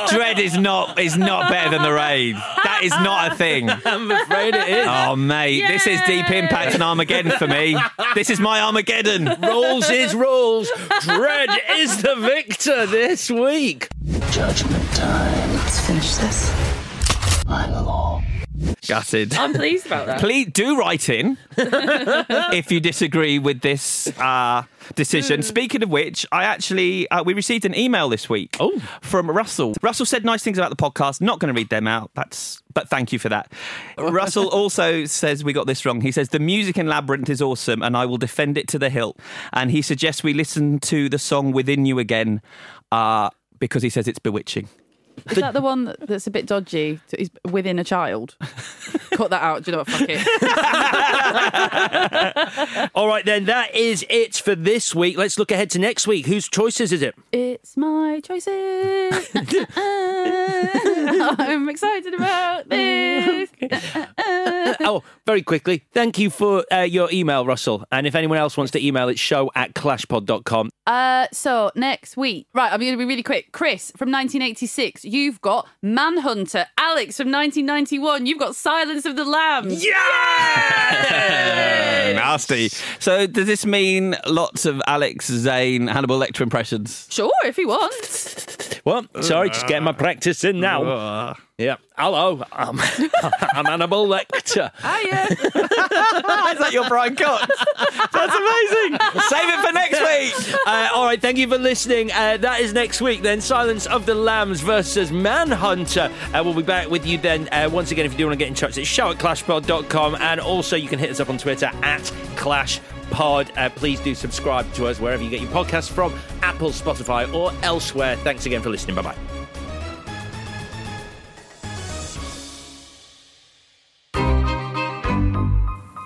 Dread is not is not better than the raid. That is not a thing. I'm afraid it is. Oh mate, this is deep Yay! impact and Armageddon for me. This is my Armageddon. *laughs* Rules is rules. Dread is the victor this week. Judgment time. Let's finish this. I'm the law. Gutted. I'm pleased about that. Please do write in if you disagree with this uh, decision. Speaking of which, I actually uh, we received an email this week Oh. from Russell. Russell said nice things about the podcast. Not going to read them out. That's but thank you for that. Russell also says we got this wrong. He says the music in Labyrinth is awesome, and I will defend it to the hilt. And he suggests we listen to the song Within You again uh, because he says it's bewitching. Is that the one that- that's a bit dodgy? So He's within a *laughs* child. Cut that out. Do you know what? Fuck it. All right, then, that is it for this week. Let's look ahead to next week. Whose choices is it? It's my *laughs* choices. I'm excited about this. Uh, oh, very quickly. Thank you for uh, your email, Russell. And if anyone else wants to email, it's show at clashpod.com. Uh, so next week, right? I'm going to be really quick. Chris from 1986. You've got Manhunter. Alex from 1991. You've got Silence of the Lambs. *laughs* Nasty. So, does this mean lots of Alex Zane Hannibal Lecter impressions? Sure, if he wants. Well, sorry, just getting my practice in now. Yeah. Hello, I'm, *laughs* I'm Hannibal Lecter. Hiya. Is that your Brian Cox? That's amazing. Save it for *laughs* next week. Uh, all right, thank you for listening. Uh, that is next week then. Silence of the Lambs versus Manhunter. Uh, we'll be back with you then. Uh, once again, if you do want to get in touch, it's show at clashpod.com. And also, you can hit us up on Twitter at clashpod. Uh, please do subscribe to us wherever you get your podcasts from Apple, Spotify, or elsewhere. Thanks again for listening. Bye bye.